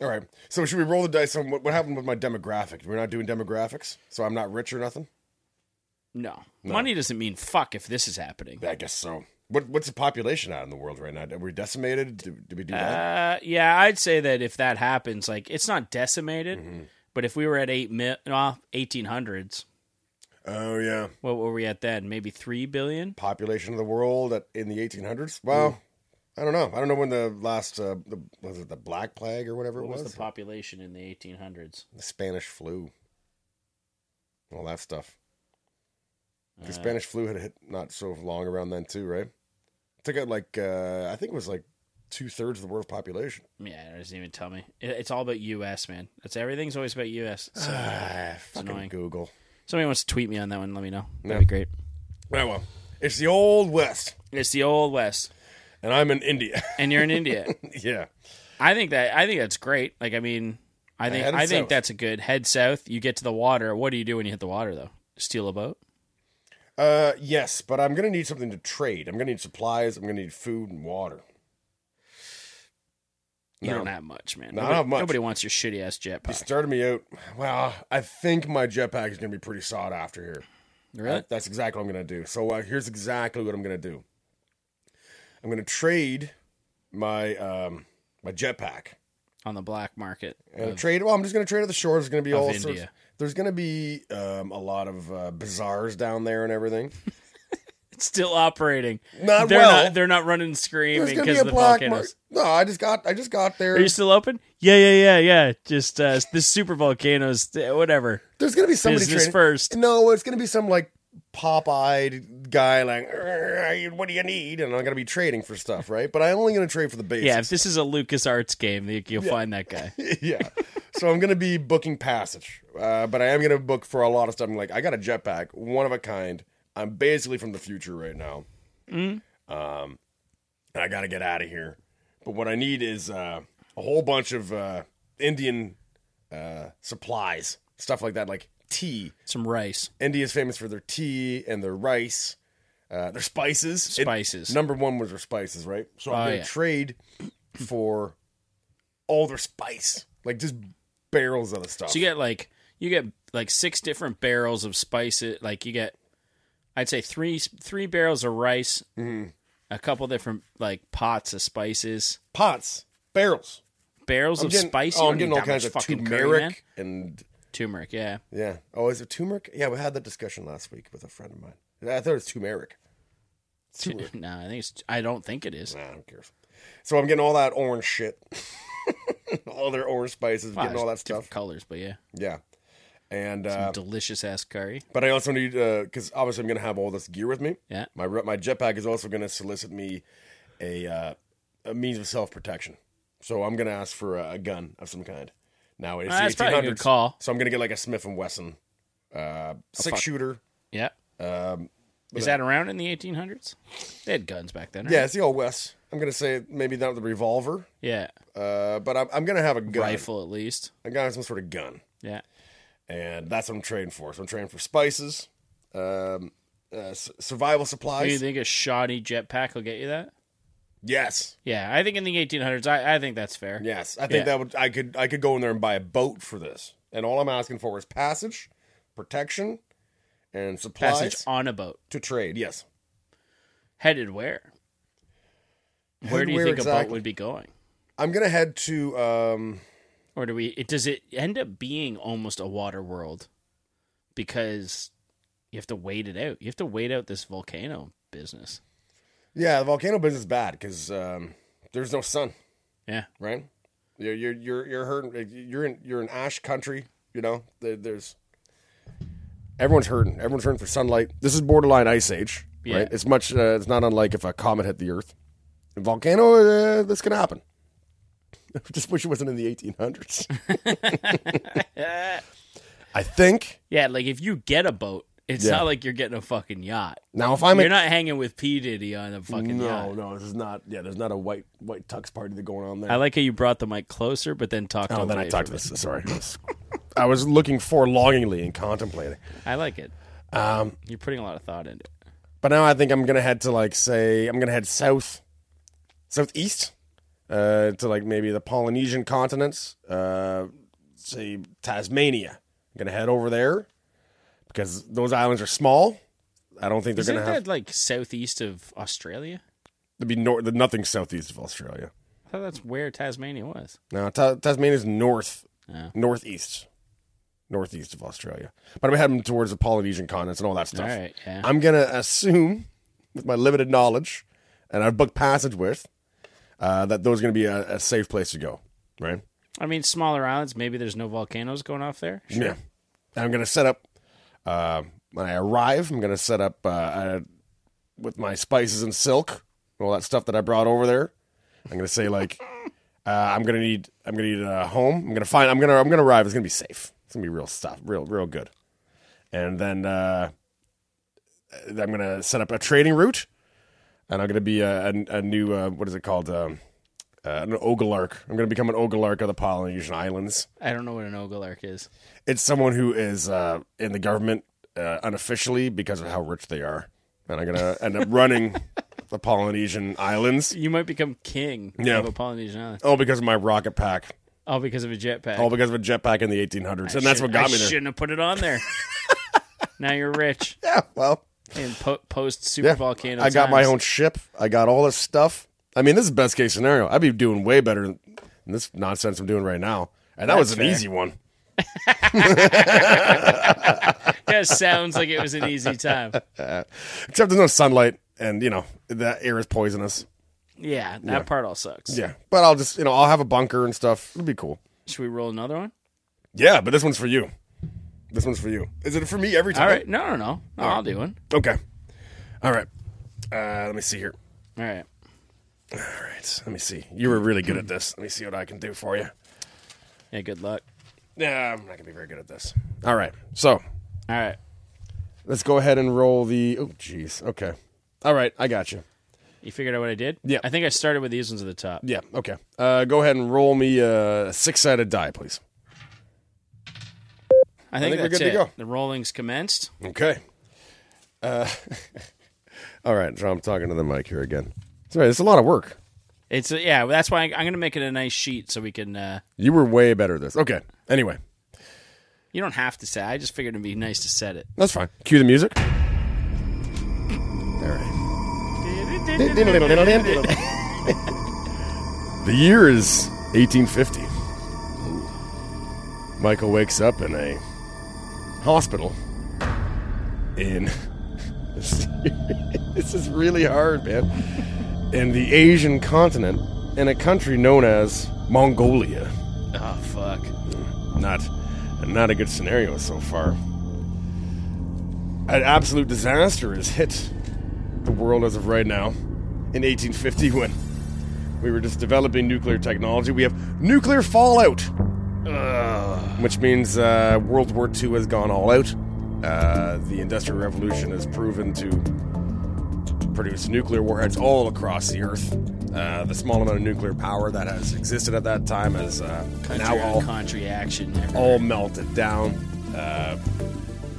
A: All right. So should we roll the dice on what, what happened with my demographic? We're not doing demographics, so I'm not rich or nothing.
B: no. money doesn't mean fuck if this is happening.
A: I guess so. What, what's the population out in the world right now? Are we decimated? Did, did we do that?
B: Uh, yeah, I'd say that if that happens, like it's not decimated, but if we were at eight mil, well, eighteen hundreds,
A: Oh yeah.
B: what were we at then? Maybe three billion.
A: population of the world at, in the 1800s?
B: Hmm.
A: Well, I don't know. I don't know when the last uh, the, was it the Black Plague or whatever
B: What
A: it was,
B: was the population in the eighteen hundreds?
A: the Spanish flu, all that stuff. The
B: Uh,
A: Spanish flu had hit not so long around then too, right? Took out like uh, I think it was like two thirds of the world's population.
B: Yeah, it doesn't even tell me. It, it's all about U.S. Man. That's everything's always about U.S. So,
A: Ah, fucking
B: annoying.
A: Google.
B: somebody wants to tweet me on that one. Let me know. That'd
A: Yeah.
B: be great.
A: Oh well, it's the old west,
B: It's the old west,
A: and I'm in India.
B: and you're in India.
A: yeah,
B: I think that I think that's great. Like, I mean, I think
A: headed
B: I think
A: south.
B: that's a good head south. You get to the water. What do you do when you hit the water though? Steal a boat?
A: uh, yes, but I'm gonna need something to trade. I'm gonna need supplies. I'm gonna need food and water.
B: You
A: No.
B: don't have much, man.
A: No, I
B: nobody,
A: don't have much.
B: nobody wants your shitty ass
A: You
B: jetpack.
A: started me out. Well, I think my jetpack is going to be pretty sought after here.
B: Really?
A: That's exactly what I'm going to do. So uh, here's exactly what I'm going to do. I'm going to trade my um, my jetpack.
B: on the black market.
A: And
B: of-
A: trade. Well, I'm just going to trade at the shore. There's going to be
B: Of
A: all sorts.
B: India.
A: There's going to be um, a lot of uh, bazaars down there and everything.
B: it's still operating.
A: Not
B: they're
A: well.
B: not they're not running screaming
A: There's going to
B: because
A: be a
B: of the
A: black
B: volcanoes.
A: market. No, I just got. I just got there.
B: Are you still open? Yeah, yeah, yeah, yeah. Just uh, the super volcanoes, uh, whatever.
A: There's going to be somebody
B: Business
A: trading.
B: first.
A: No, it's going to be some like pop-eyed guy like, "Arr, what do you need? And I'm going to be trading for stuff, right? But I'm only going to trade for the base.
B: Yeah, if this is a Lucas Arts game, you- you'll find that guy.
A: yeah. So I'm gonna be booking passage, uh, but I am gonna book for a lot of stuff. I'm like, I got a jetpack, one of a kind. I'm basically from the future right now. Um, and I gotta get out of here. But what I need is uh, a whole bunch of uh, Indian uh, supplies, stuff like that, like tea.
B: Some rice,
A: India's famous for their tea and their rice, uh, their spices. It-
B: spices.
A: number one was their spices, right? So I'm
B: Oh,
A: gonna
B: yeah.
A: trade for all their spice, like just barrels of the stuff.
B: so you get like you get like six different barrels of spices. Like you get, I'd say three three barrels of rice,
A: Mm-hmm.
B: a couple different like pots of spices,
A: pots, barrels.
B: barrels
A: I'm
B: of
A: getting,
B: spice. You
A: oh,
B: don't
A: I'm
B: need
A: getting all
B: that
A: kinds
B: much
A: of
B: fucking curry, man.
A: turmeric and
B: Turmeric, yeah.
A: yeah. Oh, is it turmeric? Yeah, we had that discussion last week with a friend of mine. I thought it was turmeric. It's
B: Tu-
A: turmeric.
B: no, I think it's. I don't think it is.
A: Nah, I don't care. So I'm getting all that orange shit, all their orange spices,
B: Wow,
A: getting all that
B: there's different
A: stuff.
B: Colors, but yeah,
A: Yeah, and uh,
B: delicious ass curry.
A: But I also need because obviously I'm going to have all this gear with me.
B: Yeah.
A: My re- my jetpack is also going to solicit me a uh, a means of self protection. So I'm going to ask for a, a gun of some kind. Now it's
B: Ah, that's
A: the
B: probably a good
A: 1800s,
B: call.
A: So I'm going to get like a Smith and Wesson uh, six shooter.
B: Yeah.
A: Um,
B: Is that around in the 1800s? They had guns back then. Right?
A: yeah, it's the old West. I'm going to say maybe not the revolver,
B: Yeah.
A: uh, but I'm, I'm going to have a gun.
B: Rifle at least.
A: I'm going to have some sort of gun.
B: Yeah.
A: And that's what I'm trading for. So I'm trading for spices, um, uh, s- survival
B: Do you
A: supplies.
B: think a shoddy jetpack will get you that?
A: Yes.
B: Yeah, I think in the 1800s, I, I think that's fair.
A: Yes, I think
B: Yeah.
A: that would I could I could go in there and buy a boat for this, and all I'm asking for is passage, protection, and supplies
B: Passage on a boat,
A: to trade. Yes,
B: headed where? Where
A: Headed
B: do you
A: where
B: think a boat
A: exactly?
B: would be going?
A: I'm gonna head to um
B: Or do we? It, does it end up being almost a water world? Because you have to wait it out. You have to wait out this volcano business.
A: yeah the volcano business is bad because um, there's no sun
B: Yeah.
A: right you're you're you're you're hurting you're in you're in ash country you know there, there's everyone's hurting everyone's hurting for sunlight this is borderline ice age
B: Yeah.
A: right it's much uh, it's not unlike if a comet hit the earth a volcano uh, this can happen I just wish it wasn't in the 1800s I think
B: Yeah, like if you get a boat, it's
A: Yeah.
B: not like you're getting a fucking yacht.
A: now if I'm
B: You're
A: a,
B: not hanging with P Diddy on a fucking
A: no
B: yacht.
A: no this is not yeah there's not a white white tux party that going on there
B: I like how you brought the mic closer, but then talked.
A: oh then I
B: away
A: talked to
B: from
A: this sorry I was looking for longingly and contemplating
B: it. I like it.
A: um
B: You're putting a lot of thought into it.
A: But now I think I'm gonna head to like say I'm gonna head south, southeast, uh, to like maybe the Polynesian continents, uh, say Tasmania. I'm gonna head over there because those islands are small. I don't think they're
B: Isn't
A: gonna
B: that
A: have
B: like southeast of Australia?
A: to be north. Nothing southeast of Australia.
B: I thought that's where Tasmania was.
A: No, Ta- Tasmania's north,
B: Oh.
A: northeast, northeast of Australia. But I'm heading towards the Polynesian continents and all that stuff.
B: All right, yeah.
A: I'm gonna assume, with my limited knowledge, and I've booked passage with, uh, that those are gonna be a, a safe place to go, right?
B: I mean, smaller islands. Maybe there's no volcanoes going off there. Sure.
A: Yeah. And I'm gonna set up. Uh, when I arrive, I'm gonna set up uh, uh with my spices and silk, all that stuff that I brought over there. I'm gonna say like, uh, I'm gonna need, I'm gonna need a home. I'm gonna find, I'm gonna, I'm gonna arrive. It's gonna be safe. It's gonna be real stuff, real, real good. And then uh, I'm gonna set up a trading route, and I'm gonna be a, a, a new, uh, what is it called? Um, uh, an ogalark. I'm gonna become an ogalark of the Polynesian Islands
B: I don't know what an ogalark is.
A: it's someone who is uh, in the government uh, unofficially because of how rich they are, and I'm gonna end up running the Polynesian islands.
B: You might become king
A: Yeah.
B: of a Polynesian island.
A: All because of my rocket pack.
B: All because of a jetpack.
A: All because of a jetpack in the 1800s, and that's
B: Should-
A: what got
B: I
A: me there.
B: Shouldn't have put it on there. now you're rich
A: Yeah, well,
B: and po- post super
A: yeah.
B: volcano.
A: I got my
B: times.
A: own ship. I got all this stuff. I mean, this is best case scenario. I'd be doing way better than this nonsense I'm doing right now. And that
B: That's
A: was an
B: fair.
A: easy one.
B: That sounds like it was an easy time.
A: Except there's no sunlight, and you know that air is poisonous.
B: Yeah, that part all sucks.
A: Yeah, but I'll just you know I'll have a bunker and stuff. It'll be cool.
B: Should we roll another one?
A: Yeah, but this one's for you. This one's for you. Is it for me every time?
B: All right. No, no, no. no I'll do one.
A: Okay. All right. Uh, let me see here.
B: All right.
A: All right. Let me see. You were really good at this. Let me see what I can do for you.
B: Yeah, good luck.
A: Yeah, I'm not gonna be very good at this. All right. So
B: All right.
A: let's go ahead and roll the. Oh, jeez. Okay. All right. I got you.
B: You figured out what I did?
A: Yeah.
B: I think I started with these ones at the top.
A: Yeah. Okay. Uh, go ahead and roll me uh, a six-sided die, please.
B: I
A: think
B: think,
A: we're
B: that's
A: good to
B: it.
A: go.
B: The rolling's commenced.
A: Okay. Uh, all right, John. I'm talking to the mic here again. Sorry, it's a lot of work.
B: It's uh, yeah. That's why I, I'm going to make it a nice sheet so we can. Uh,
A: You were way better at this. Okay. Anyway,
B: you don't have to say. I just figured it'd be nice to set it.
A: that's fine. Cue the music. All right.
B: Oh,
A: the year is 1850. Michael wakes up in a hospital in. this is really hard, man. In the Asian continent, in a country known as Mongolia.
B: Oh fuck.
A: Not, not a good scenario so far. An absolute disaster has hit the world as of right now. In 1850, when we were just developing nuclear technology, we have nuclear fallout, which means uh, World War II has gone all out. Uh, the Industrial Revolution has proven to produce nuclear warheads all across the earth. Uh, the small amount of nuclear power that has existed at that time has uh,
B: Country
A: now all
B: on country action. everywhere.
A: all melted down. Uh,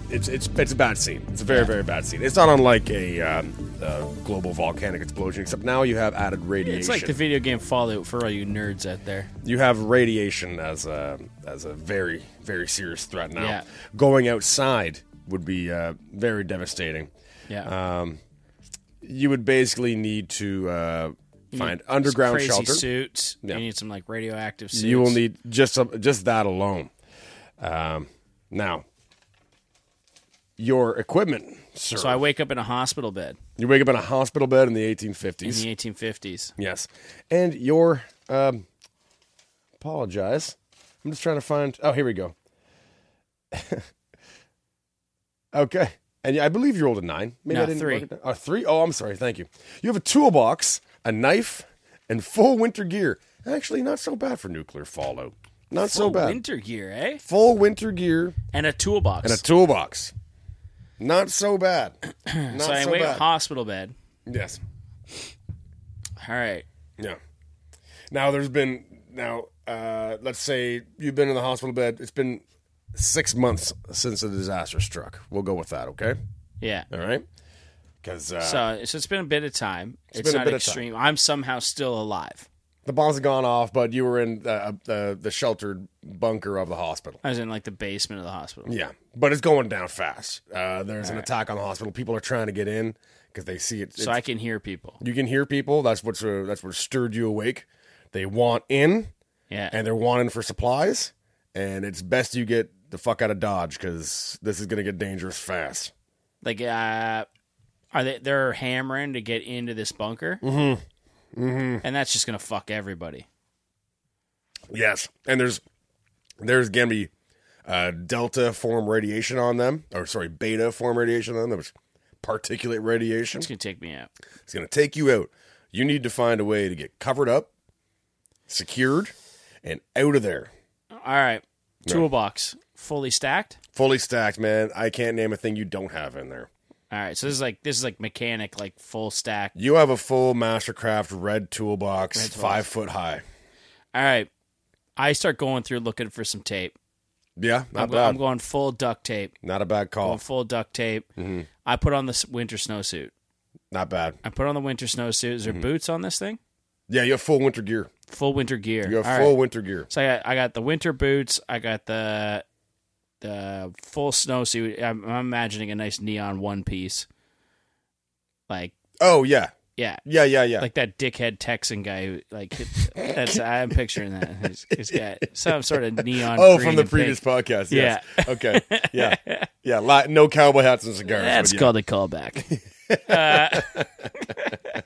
A: it's it's it's a bad scene. It's a very very bad scene. It's not unlike a, um, a global volcanic explosion, except now you have added radiation.
B: It's like the video game Fallout for all you nerds out there.
A: you have radiation as a as a very very serious threat now.
B: Yeah.
A: Going outside would be uh, very devastating.
B: Yeah.
A: Uh, You would basically need to uh, find
B: Some
A: underground
B: crazy
A: shelter.
B: suits.
A: Yeah.
B: You need some like radioactive suits.
A: You will need just some, just that alone. Um, now, your equipment, sir.
B: So I wake up in a hospital bed
A: you wake up in a hospital bed in the
B: in
A: 1850s.
B: the 1850s.
A: Yes, and your um, apologize. I'm just trying to find. Oh, here we go. okay, and I believe you're old a nine. Maybe
B: No,
A: I didn't
B: three.
A: mark it down. Oh, three. Oh, I'm sorry. Thank you. You have a toolbox, a knife, and full winter gear. Actually, not so bad for nuclear fallout. Not so
B: Oh,
A: bad
B: winter gear, eh?
A: full winter gear
B: And a toolbox.
A: and a toolbox. Not so bad. Not
B: so I
A: so
B: wake up
A: bad.
B: hospital bed.
A: yes.
B: All right.
A: Yeah. Now there's been now uh, let's say you've been in the hospital bed. It's been six months since the disaster struck. We'll go with that. Okay.
B: Yeah.
A: All right. Because uh,
B: So, so it's been a bit of time. It's,
A: been a
B: not
A: bit of time.
B: extreme. I'm somehow still alive.
A: the bombs have gone off, but you were in uh, the the sheltered bunker of the hospital.
B: I was in like the basement of the hospital.
A: Yeah, but it's going down fast. Uh, there's an attack on the hospital. People are trying to get in because they see it.
B: So I can hear people.
A: You can hear people. That's what's uh, that's what stirred you awake. They want in,
B: Yeah.
A: and they're wanting for supplies. And it's best you get the fuck out of Dodge because this is gonna get dangerous fast.
B: like uh are they they're hammering to get into this bunker? Mm-hmm. Mm-hmm. And that's just gonna fuck everybody.
A: Yes, and there's there's gonna be uh, delta form radiation on them, or sorry, beta form radiation on them, which particulate radiation.
B: It's gonna take me out.
A: It's gonna take you out. You need to find a way to get covered up, secured, and out of there.
B: All right. Toolbox. Fully stacked.
A: Fully stacked, man. I can't name a thing you don't have in there.
B: All right. So this is like this is like mechanic, like full stack.
A: You have a full Mastercraft red toolbox, five foot high.
B: All right. I start going through looking for some tape.
A: Yeah, not
B: I'm, go-
A: bad.
B: I'm going full duct tape.
A: not a bad
B: Going
A: call.
B: full duct tape.
A: Mm-hmm.
B: I put on the s- winter snowsuit.
A: Not bad.
B: I put on the winter snowsuit. Is there
A: Mm-hmm.
B: boots on this thing?
A: Yeah, you have full winter gear.
B: Full winter gear.
A: You have
B: All right.
A: full winter gear.
B: So I got I got the winter boots. I got the the full snowsuit. I'm, I'm imagining a nice neon one piece, like
A: Oh yeah,
B: Yeah.
A: Yeah, yeah, yeah.
B: Like that dickhead Texan guy, who, like that's I'm picturing that. He's, he's got some sort of neon.
A: oh,
B: green
A: from the
B: and
A: previous
B: pink.
A: podcast. Yes. Okay. Yeah. Yeah. Li- no cowboy hats and cigars.
B: That's
A: but
B: called a callback.
A: yeah.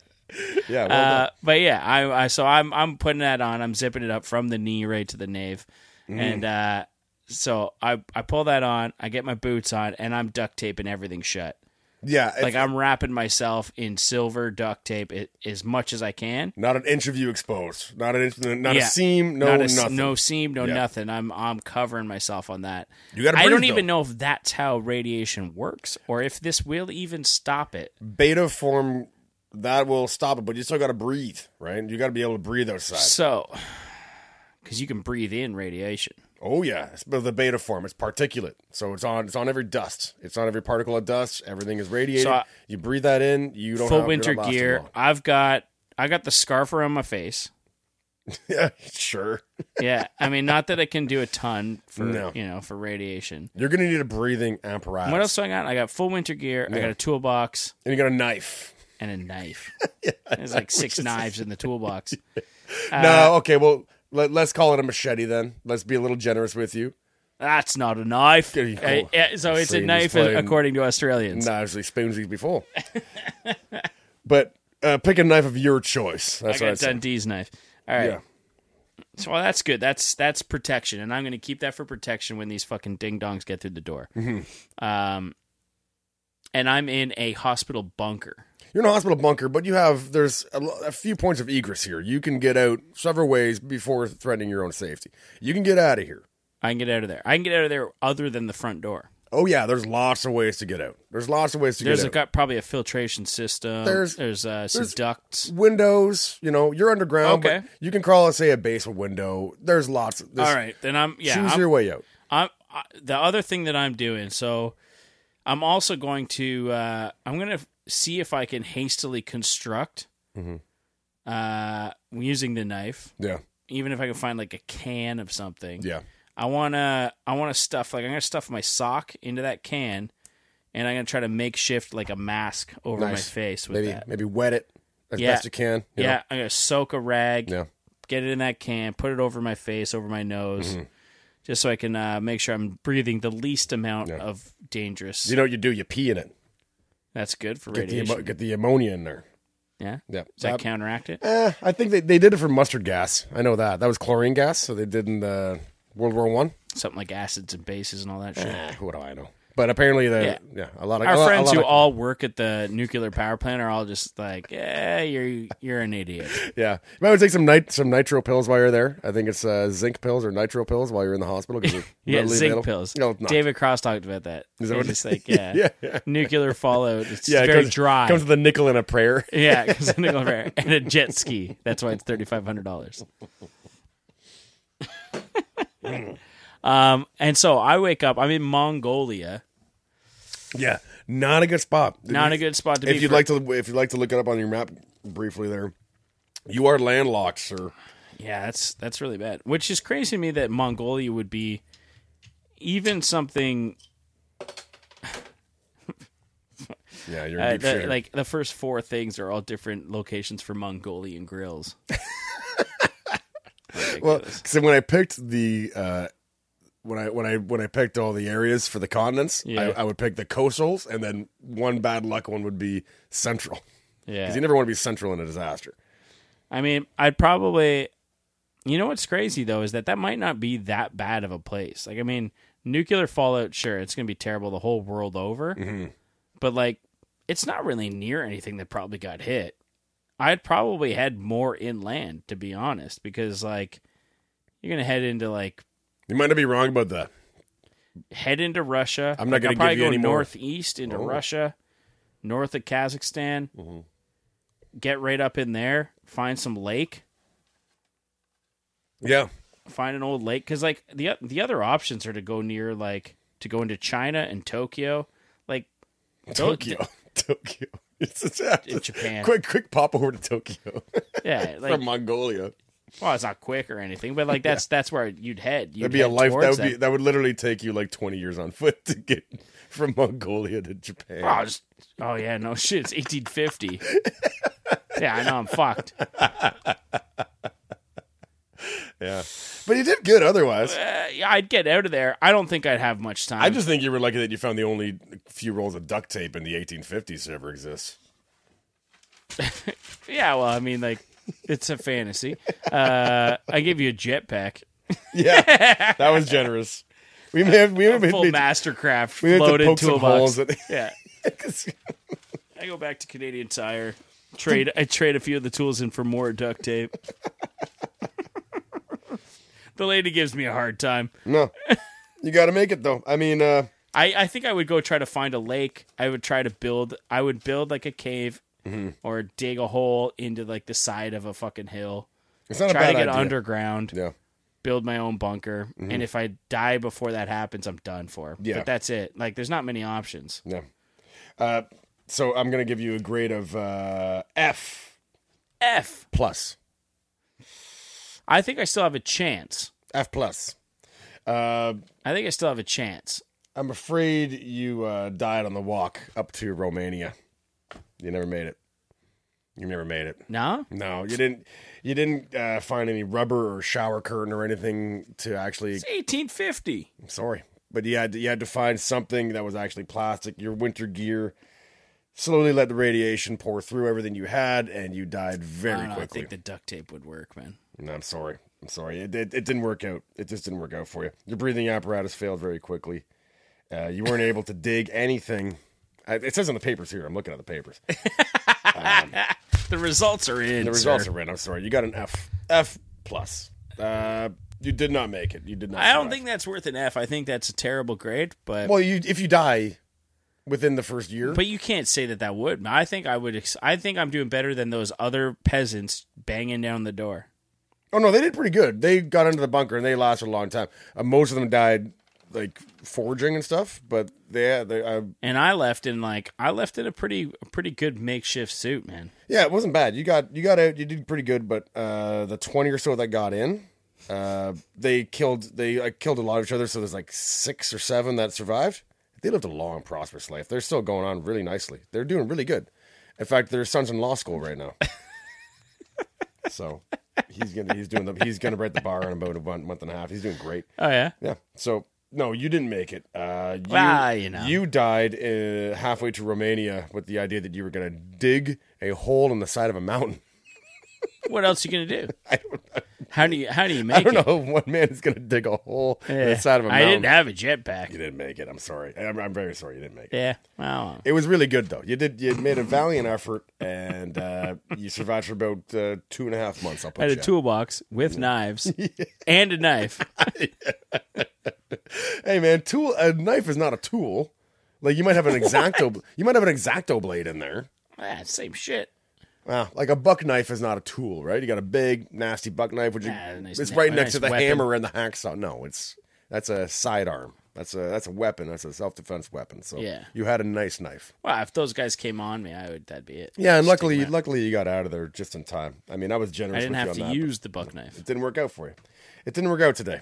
A: Yeah. Well done.
B: uh, but yeah, I, I so I'm I'm putting that on. I'm zipping it up from the knee right to the nave,
A: Mm.
B: and uh, so I I pull that on. I get my boots on, and I'm duct taping everything shut.
A: yeah. it's
B: Like I'm wrapping myself in silver duct tape it, as much as I can.
A: not an inch of you exposed. Not an inch. Not
B: Yeah.
A: a seam. No
B: not a s-
A: nothing.
B: no seam, no
A: Yeah.
B: nothing. I'm I'm covering myself on that.
A: You gotta
B: I don't
A: breathe,
B: even
A: though.
B: know if that's how radiation works, or if this will even stop it.
A: Beta form that will stop it, but you still got to breathe, right? You got to be able to breathe outside.
B: So, because you can breathe in radiation.
A: Oh yeah, it's but the beta form. It's particulate, so it's on. It's on every dust. It's on every particle of dust. Everything is radiated.
B: So I-
A: you breathe that in. You don't
B: full
A: have,
B: winter
A: you're not lasting
B: gear.
A: long.
B: I've got I got the scarf around my face.
A: Yeah, sure.
B: Yeah, I mean, not that it can do a ton for
A: No.
B: you know for radiation.
A: You're gonna need a breathing apparatus.
B: What else do I got? I got full winter gear. I got a toolbox
A: And you got a knife.
B: and a knife. There's like six knives in the toolbox. Uh,
A: no, okay. Well, let, let's call it a machete then. Let's be a little generous with you.
B: That's not a knife.
A: There you go.
B: Uh, yeah, so it's
A: See,
B: a
A: he's
B: knife,
A: playing-
B: according to Australians.
A: No, actually, spoonsies before. but uh, pick a knife of your choice.
B: I
A: That's what I
B: got
A: said.
B: Dundee's knife. All right.
A: Yeah.
B: So, well, that's good. That's that's protection, and I'm going to keep that for protection when these fucking ding dongs get through the door.
A: Mm-hmm.
B: Um, and I'm in a hospital bunker.
A: You're in a hospital bunker, but you have there's a, lo- a few points of egress here. You can get out several ways before threatening your own safety. You can get out of here.
B: I can get out of there. I can get out of there other than the front door.
A: Oh yeah, there's lots of ways to get out. There's lots of ways to get
B: There's a,
A: out.
B: got probably a filtration system.
A: There's-
B: There's uh, some
A: there's-
B: ducts.
A: Windows, you know, you're underground,
B: Okay.
A: but you can crawl, say, a basement window. There's lots. Of, there's,
B: All right, then I'm yeah.
A: choose
B: I'm,
A: your way out.
B: I'm I, the other thing that I'm doing. So I'm also going to uh, I'm going to see if I can hastily construct
A: Mm-hmm.
B: uh, using the knife.
A: Yeah,
B: Even if I can find like a can of something,
A: yeah.
B: I wanna I wanna stuff like I'm gonna stuff my sock into that can, and I'm gonna try to makeshift like a mask over my
A: Nice.
B: face with
A: Maybe
B: that.
A: maybe wet it as
B: Yeah.
A: best you can. you
B: Yeah, I'm gonna soak a rag,
A: know? yeah.
B: get it in that can, put it over my face, over my nose,
A: Mm-hmm.
B: just so I can uh, make sure I'm breathing the least amount of dangerous.
A: You know what you do? You pee in it.
B: That's good for
A: Get the,
B: radiation.
A: ammo- get the ammonia in there.
B: yeah,
A: Yeah.
B: does that
A: Uh,
B: counteract it?
A: eh, I think they, they did it for mustard gas. I know that. That was chlorine gas. So they did in the World War One.
B: Something like acids and bases and all that shit.
A: Eh, What do I know? But apparently, the, yeah. a lot of
B: Ah. Our
A: a lot- a
B: friends
A: lot
B: who
A: of-
B: all work at the nuclear power plant are all just like, "Yeah, you're you're an idiot."
A: yeah, you might want to take some nit- some nitro pills while you're there. I think it's uh, zinc pills or nitro pills while you're in the hospital. 'cause they're
B: Yeah,
A: readily
B: zinc
A: available.
B: pills.
A: No, it's not.
B: David Cross talked about that. Is
A: that what-
B: just like, yeah,
A: Yeah, yeah.
B: nuclear fallout. It's
A: Yeah, it
B: very
A: comes-
B: dry.
A: Comes with a nickel and a prayer.
B: Yeah, because a nickel rare and a jet ski. That's why it's thirty five hundred dollars. um, and so I wake up. I'm in Mongolia.
A: yeah, not a good spot.
B: Not a good spot to be.
A: if you'd
B: for-
A: like to if you'd like to look it up on your map briefly there you are landlocked sir
B: yeah, that's that's really bad. Which is crazy to me that Mongolia would be even something
A: yeah you're in
B: uh,
A: deep
B: the-
A: shit
B: like the first four things are all different locations for Mongolian grills.
A: well so when i picked the uh when I when I when I picked all the areas for the continents, I,
B: Yeah.
A: I would pick the coastals, and then one bad luck one would be central. 'Cause
B: yeah,
A: you never want to be central in a disaster.
B: I mean, I'd probably. You know what's crazy though is that that might not be that bad of a place. Like, I mean, nuclear fallout, sure, it's going to be terrible the whole world over,
A: Mm-hmm.
B: but like, it's not really near anything that probably got hit. I'd probably head more inland, to be honest, because like, you're going to head into like
A: You might not be wrong about that.
B: head into Russia.
A: I'm not
B: Like, I'll
A: gonna give
B: probably
A: you
B: go
A: any more. Oh.
B: northeast into Russia, north of Kazakhstan.
A: Mm-hmm.
B: Get right up in there, find some lake.
A: Yeah,
B: find an old lake because like the the other options are to go near like to go into China and Tokyo, like Don't-
A: Tokyo, Tokyo. It's, it's, yeah,
B: in Japan.
A: Quick, quick, pop over to Tokyo
B: Yeah, like
A: from Mongolia.
B: well, it's not quick or anything, but like that's that's where you'd head.
A: That'd
B: You'd
A: be a
B: head
A: life. That
B: towards
A: would be that would literally take you like twenty years on foot to get from Mongolia to Japan.
B: Ah. Oh, just- oh, yeah, no shit, it's eighteen fifty. Yeah, I know I'm fucked.
A: Yeah. But you did good otherwise.
B: Uh, yeah, I'd get out of there. I don't think I'd have much time.
A: I just think you were lucky that you found the only few rolls of duct tape in the 1850s that ever exists.
B: yeah, well, I mean, like, it's a fantasy. Uh, I gave you a jetpack,
A: Yeah. that was generous. We may have we may have
B: full
A: made-
B: mastercraft
A: we may have to
B: loaded
A: poke
B: to
A: some
B: a box.
A: holes in it.
B: Yeah,
A: 'Cause-
B: I go back to Canadian Tire. Trade. I trade a few of the tools in for more duct tape. the lady gives me a hard time.
A: no. You got to make it though. I mean, uh
B: I, I think I would go try to find a lake. I would try to build. I would build like a cave
A: Mm-hmm.
B: or dig a hole into like the side of a fucking hill.
A: it's not a
B: try
A: bad
B: to get
A: idea.
B: underground.
A: Yeah.
B: Build my own bunker. And if I die before that happens, I'm done for.
A: Yeah.
B: But that's it. Like, there's not many options.
A: Yeah. Uh so I'm going to give you a grade of uh F
B: F.
A: plus.
B: I think I still have a chance.
A: F plus. Uh
B: I think I still have a chance.
A: I'm afraid you uh, died on the walk up to Romania. You never made it. You never made it.
B: No?
A: No, you didn't. You didn't uh, find any rubber or shower curtain or anything to actually.
B: It's 1850.
A: I'm sorry, but you had to, you had to find something that was actually plastic. Your winter gear slowly let the radiation pour through everything you had, and you died
B: Ah, I
A: very
B: don't know, I
A: quickly.
B: think the duct tape would work, man.
A: No, I'm sorry. I'm sorry. It, it, it didn't work out. It just didn't work out for you. Your breathing apparatus failed very quickly. Uh, you weren't able to dig anything. I, it says on the papers here. I'm looking at the papers.
B: The results are in.
A: The results are in. I'm sorry. You got an F. F plus. Uh, you did not make it. You did not.
B: I don't
A: survive.
B: think that's worth an F. I think that's a terrible grade, but
A: Well, you if you die within the first year,
B: But you can't say that that would. I think I would. Ex- I think I'm doing better than those other peasants banging down the door.
A: Oh no, they did pretty good. They got into the bunker and they lasted a long time. Uh, most of them died like foraging and stuff, but they, they uh,
B: And I left in like I left in a pretty a pretty good makeshift suit, man.
A: yeah, it wasn't bad. You got you got out. You did pretty good, but uh, the twenty or so that got in, uh, they killed they uh, killed a lot of each other. So there's like six or seven that survived. They lived a long, prosperous life. They're still going on really nicely. They're doing really good. In fact, their son's in law school right now. so he's gonna he's doing the he's gonna break the bar in about a month, month and a half. He's doing great.
B: Oh yeah.
A: Yeah. So no, you didn't make it. Uh, you,
B: Well, Ah, you know.
A: you died uh, halfway to Romania with the idea that you were going to dig a hole in the side of a mountain.
B: What else you gonna do? I don't know. How do you how do you make
A: I don't
B: it?
A: know if one man is going to dig a hole in
B: Yeah.
A: the side of a
B: I
A: mountain.
B: didn't have a
A: you
B: jetpack.
A: didn't make it. I'm sorry. I'm, I'm very sorry you didn't make it.
B: Yeah. Wow.
A: It was really good though. You did. You made a valiant effort, and uh, you survived for about uh, two and a half months. I'll
B: I
A: put
B: had a
A: you.
B: toolbox with knives and a knife.
A: at. Hey man, tool. A knife is not a tool. Like you might have an exacto. you might have an exacto blade in there.
B: ah, same shit.
A: Wow, like a buck knife is not a tool, right? You got a big, nasty buck knife, which you,
B: Yeah, a nice
A: it's
B: kni-
A: right
B: a
A: next
B: nice
A: to the
B: weapon.
A: hammer and the hacksaw. No, it's that's a sidearm. That's a that's a weapon. That's a self defense weapon. So
B: Yeah.
A: you had a nice knife.
B: Wow. If those guys came on me, I would. That'd be it.
A: Yeah, and luckily, luckily you got out of there just in time. I mean, I was generous.
B: I didn't
A: with
B: have
A: you on
B: to
A: that,
B: use the buck knife.
A: but It didn't work out for you. It didn't work out today.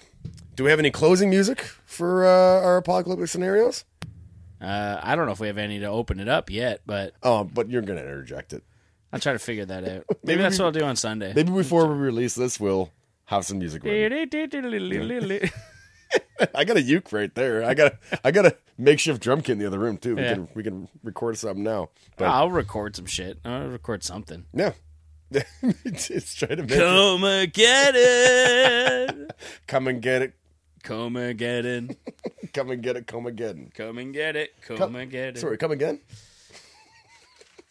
A: Do we have any closing music for uh, our apocalyptic scenarios?
B: Uh, I don't know if we have any to open it up yet, but
A: Oh, but you're gonna interject it.
B: I'll try to figure that out.
A: Maybe
B: Maybe that's
A: we-
B: what I'll do on Sunday.
A: Maybe before we release this, we'll have some music. ready.
B: yeah,
A: I got a uke right there. I got a, I got a makeshift drum kit in the other room too. We
B: Yeah. Ah.
A: can we can record something now. But
B: I'll record some shit. I'll record something.
A: yeah, it's, it's trying to make it-
B: Come and get it.
A: come and get it,
B: Come and get it.
A: come and get it, come again.
B: Come and get it. Come
A: Come-
B: and get it.
A: Sorry, come again.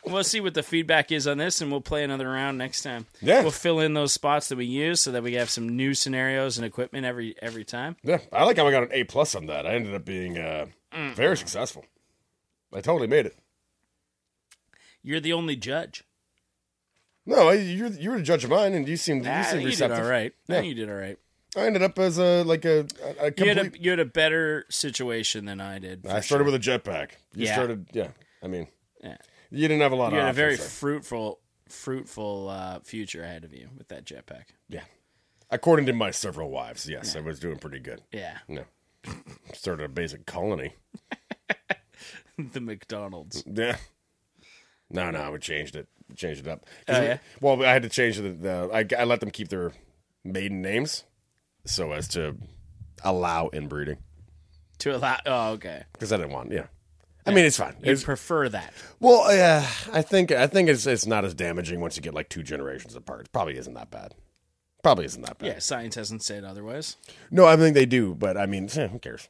B: We'll see what the feedback is on this, and we'll play another round next time.
A: Yeah.
B: We'll fill in those spots that we use so that we have some new scenarios and equipment every every time.
A: Yeah, I like how I got an A plus on that. I ended up being uh,
B: Mm.
A: very successful. I totally made it.
B: You're the only judge.
A: No, I, you're you were the judge of mine, and you seemed
B: Ah,
A: you
B: I
A: seemed
B: think you did
A: receptive.
B: all right. I
A: Yeah.
B: think you did all right.
A: I ended up as a like a, a, a
B: You had, a,
A: complete.
B: you had a better situation than I did.
A: I
B: for
A: started with a jetpack. You
B: Yeah.
A: started, yeah. I mean,
B: Yeah.
A: you didn't have a lot
B: You
A: of.
B: had a very
A: options there.
B: fruitful, fruitful uh, future ahead of you with that jetpack.
A: Yeah. According to my several wives, yes, I was doing pretty good.
B: Yeah,
A: No. Started a basic colony.
B: the McDonald's.
A: Yeah. No, no, we changed it. changed it up.
B: Oh, yeah?
A: Well, I had to change the, the I, I let them keep their maiden names so as to allow inbreeding
B: to allow. Oh, okay.
A: because I didn't want. Yeah, I mean it's fine.
B: You
A: It's,
B: prefer that.
A: well, yeah, I think I think it's it's not as damaging once you get like two generations apart. It probably isn't that bad. Probably isn't that bad.
B: Yeah, science hasn't said otherwise.
A: No, I think they do, but I mean, eh, who cares?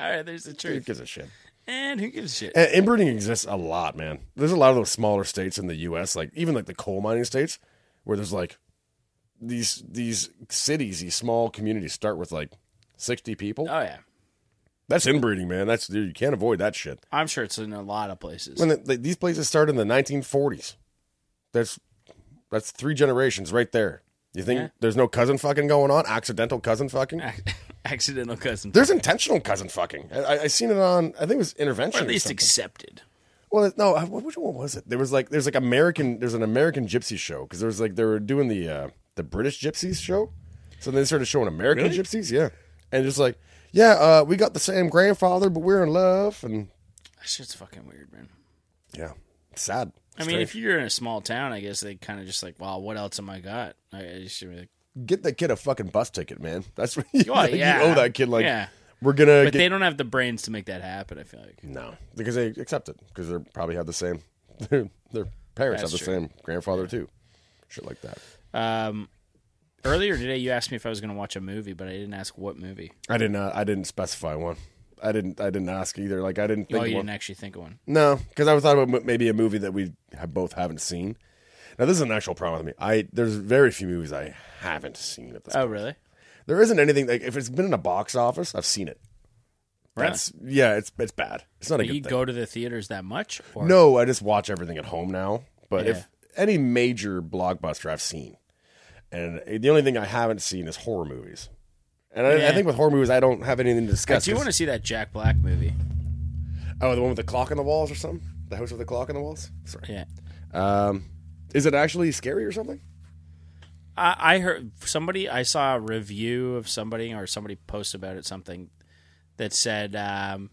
B: All right, there's the
A: Who
B: truth.
A: gives a shit?
B: And who gives a shit?
A: And inbreeding exists a lot, man. There's a lot of those smaller states in the U.S., like even like the coal mining states, where there's like these these cities, these small communities start with like sixty people.
B: Oh yeah,
A: That's inbreeding, man. That's you can't avoid that shit.
B: I'm sure it's in a lot of places.
A: When the, the, these places started in the 1940s, that's that's three generations right there. You think
B: Yeah.
A: there's no cousin fucking going on? Accidental cousin fucking?
B: Ac- Accidental cousin.
A: There's intentional cousin fucking. I, I, I seen it on. I think it was intervention.
B: Or at
A: or
B: least
A: something.
B: accepted.
A: Well, no, I- which one was it? There was like there's like American there's an American Gypsy show because there was like they were doing the uh, the British Gypsies show, so they started showing American
B: Really?
A: Gypsies, yeah, and just like yeah, uh, we got the same grandfather, but we're in love, and
B: That shit's fucking weird, man.
A: yeah, sad.
B: I mean, if you're in a small town, I guess they kind of just like, wow, what else am I got? I, I should be like,
A: get that kid a fucking bus ticket, man. That's what you,
B: Well,
A: like, you
B: Oh, yeah.
A: owe that kid. Like
B: Yeah.
A: we're gonna
B: but
A: get
B: they don't have the brains to make that happen. I feel like
A: no because they accept it because they probably have the same their their parents
B: That's
A: have the
B: true.
A: same grandfather too, shit like that.
B: Um, earlier today, you asked me if I was going to watch a movie, but I didn't ask what movie.
A: I didn't. Uh, I didn't specify one. I didn't. I didn't ask either. Like I didn't think.
B: oh,
A: of
B: you
A: one.
B: didn't actually think of one.
A: No, because I was thought about m- maybe a movie that we have both haven't seen. Now this is an actual problem with me. I there's very few movies I haven't seen at this.
B: Oh, really?
A: There isn't anything like if it's been in a box office, I've seen it.
B: Really?
A: That's yeah. It's it's bad. It's not a
B: Do
A: good
B: you
A: thing.
B: go to the theaters that much? Or
A: No, I just watch everything at home now. But
B: Yeah.
A: if any major blockbuster I've seen, and the only thing I haven't seen is horror movies. And I,
B: Yeah.
A: I think with horror movies, I don't have anything to
B: I
A: discuss.
B: do
A: 'cause-
B: want to see that Jack Black movie.
A: Oh, the one with the clock on the walls or something? The house with the clock on the walls? Sorry.
B: Yeah.
A: Um, is it actually scary or something?
B: I, I heard somebody I saw a review of somebody or somebody post about it something that said um,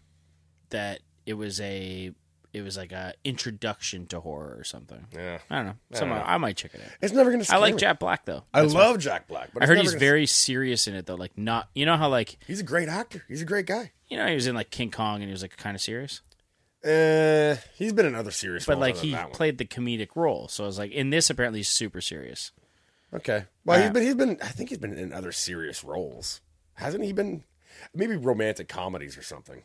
B: that it was a it was like a introduction to horror or something.
A: Yeah.
B: I don't know. Some I, might check it out.
A: It's never going to
B: I
A: scare
B: like
A: me.
B: Jack Black though.
A: I love Jack Black. But
B: I
A: it's
B: heard
A: never
B: he's
A: gonna-
B: very serious in it though. Like not you know how like
A: He's a great actor. He's a great guy.
B: you know he was in like King Kong and he was like kind of serious,
A: Uh, he's been in other serious
B: but
A: roles
B: like
A: other than
B: he
A: that one.
B: played the comedic role. So I was like, in this apparently he's super serious.
A: Okay. Well,
B: Uh,
A: he's been, he's been, I think he's been in other serious roles. Hasn't he been? Maybe romantic comedies or something.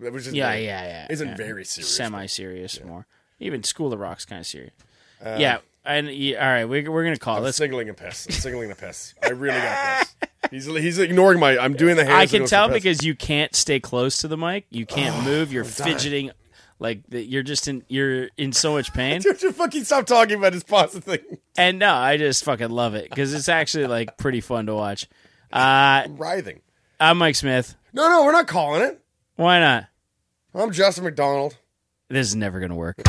A: That was just
B: Yeah,
A: very-
B: yeah, yeah.
A: Isn't
B: yeah.
A: very serious.
B: semi-serious more. Even School of Rock's kind of serious. yeah, and yeah, all right, we're we're gonna call. it.
A: Uh, I'm
B: Let's.
A: singling a piss. I'm singling a piss. I really got this. He's, he's ignoring my. I'm doing the hands.
B: I
A: to
B: can
A: go for
B: tell
A: piss.
B: because you can't stay close to the mic. You can't move. You're
A: dying.
B: fidgeting. Like the, you're just in you're in so much pain.
A: Dude, you fucking stop talking about his pasta thing.
B: and no, I just fucking love it because it's actually like pretty fun to watch. Uh,
A: Writhing.
B: I'm Mike Smith.
A: No, no, we're not calling it.
B: Why not?
A: I'm Justin McDonald.
B: This is never gonna work.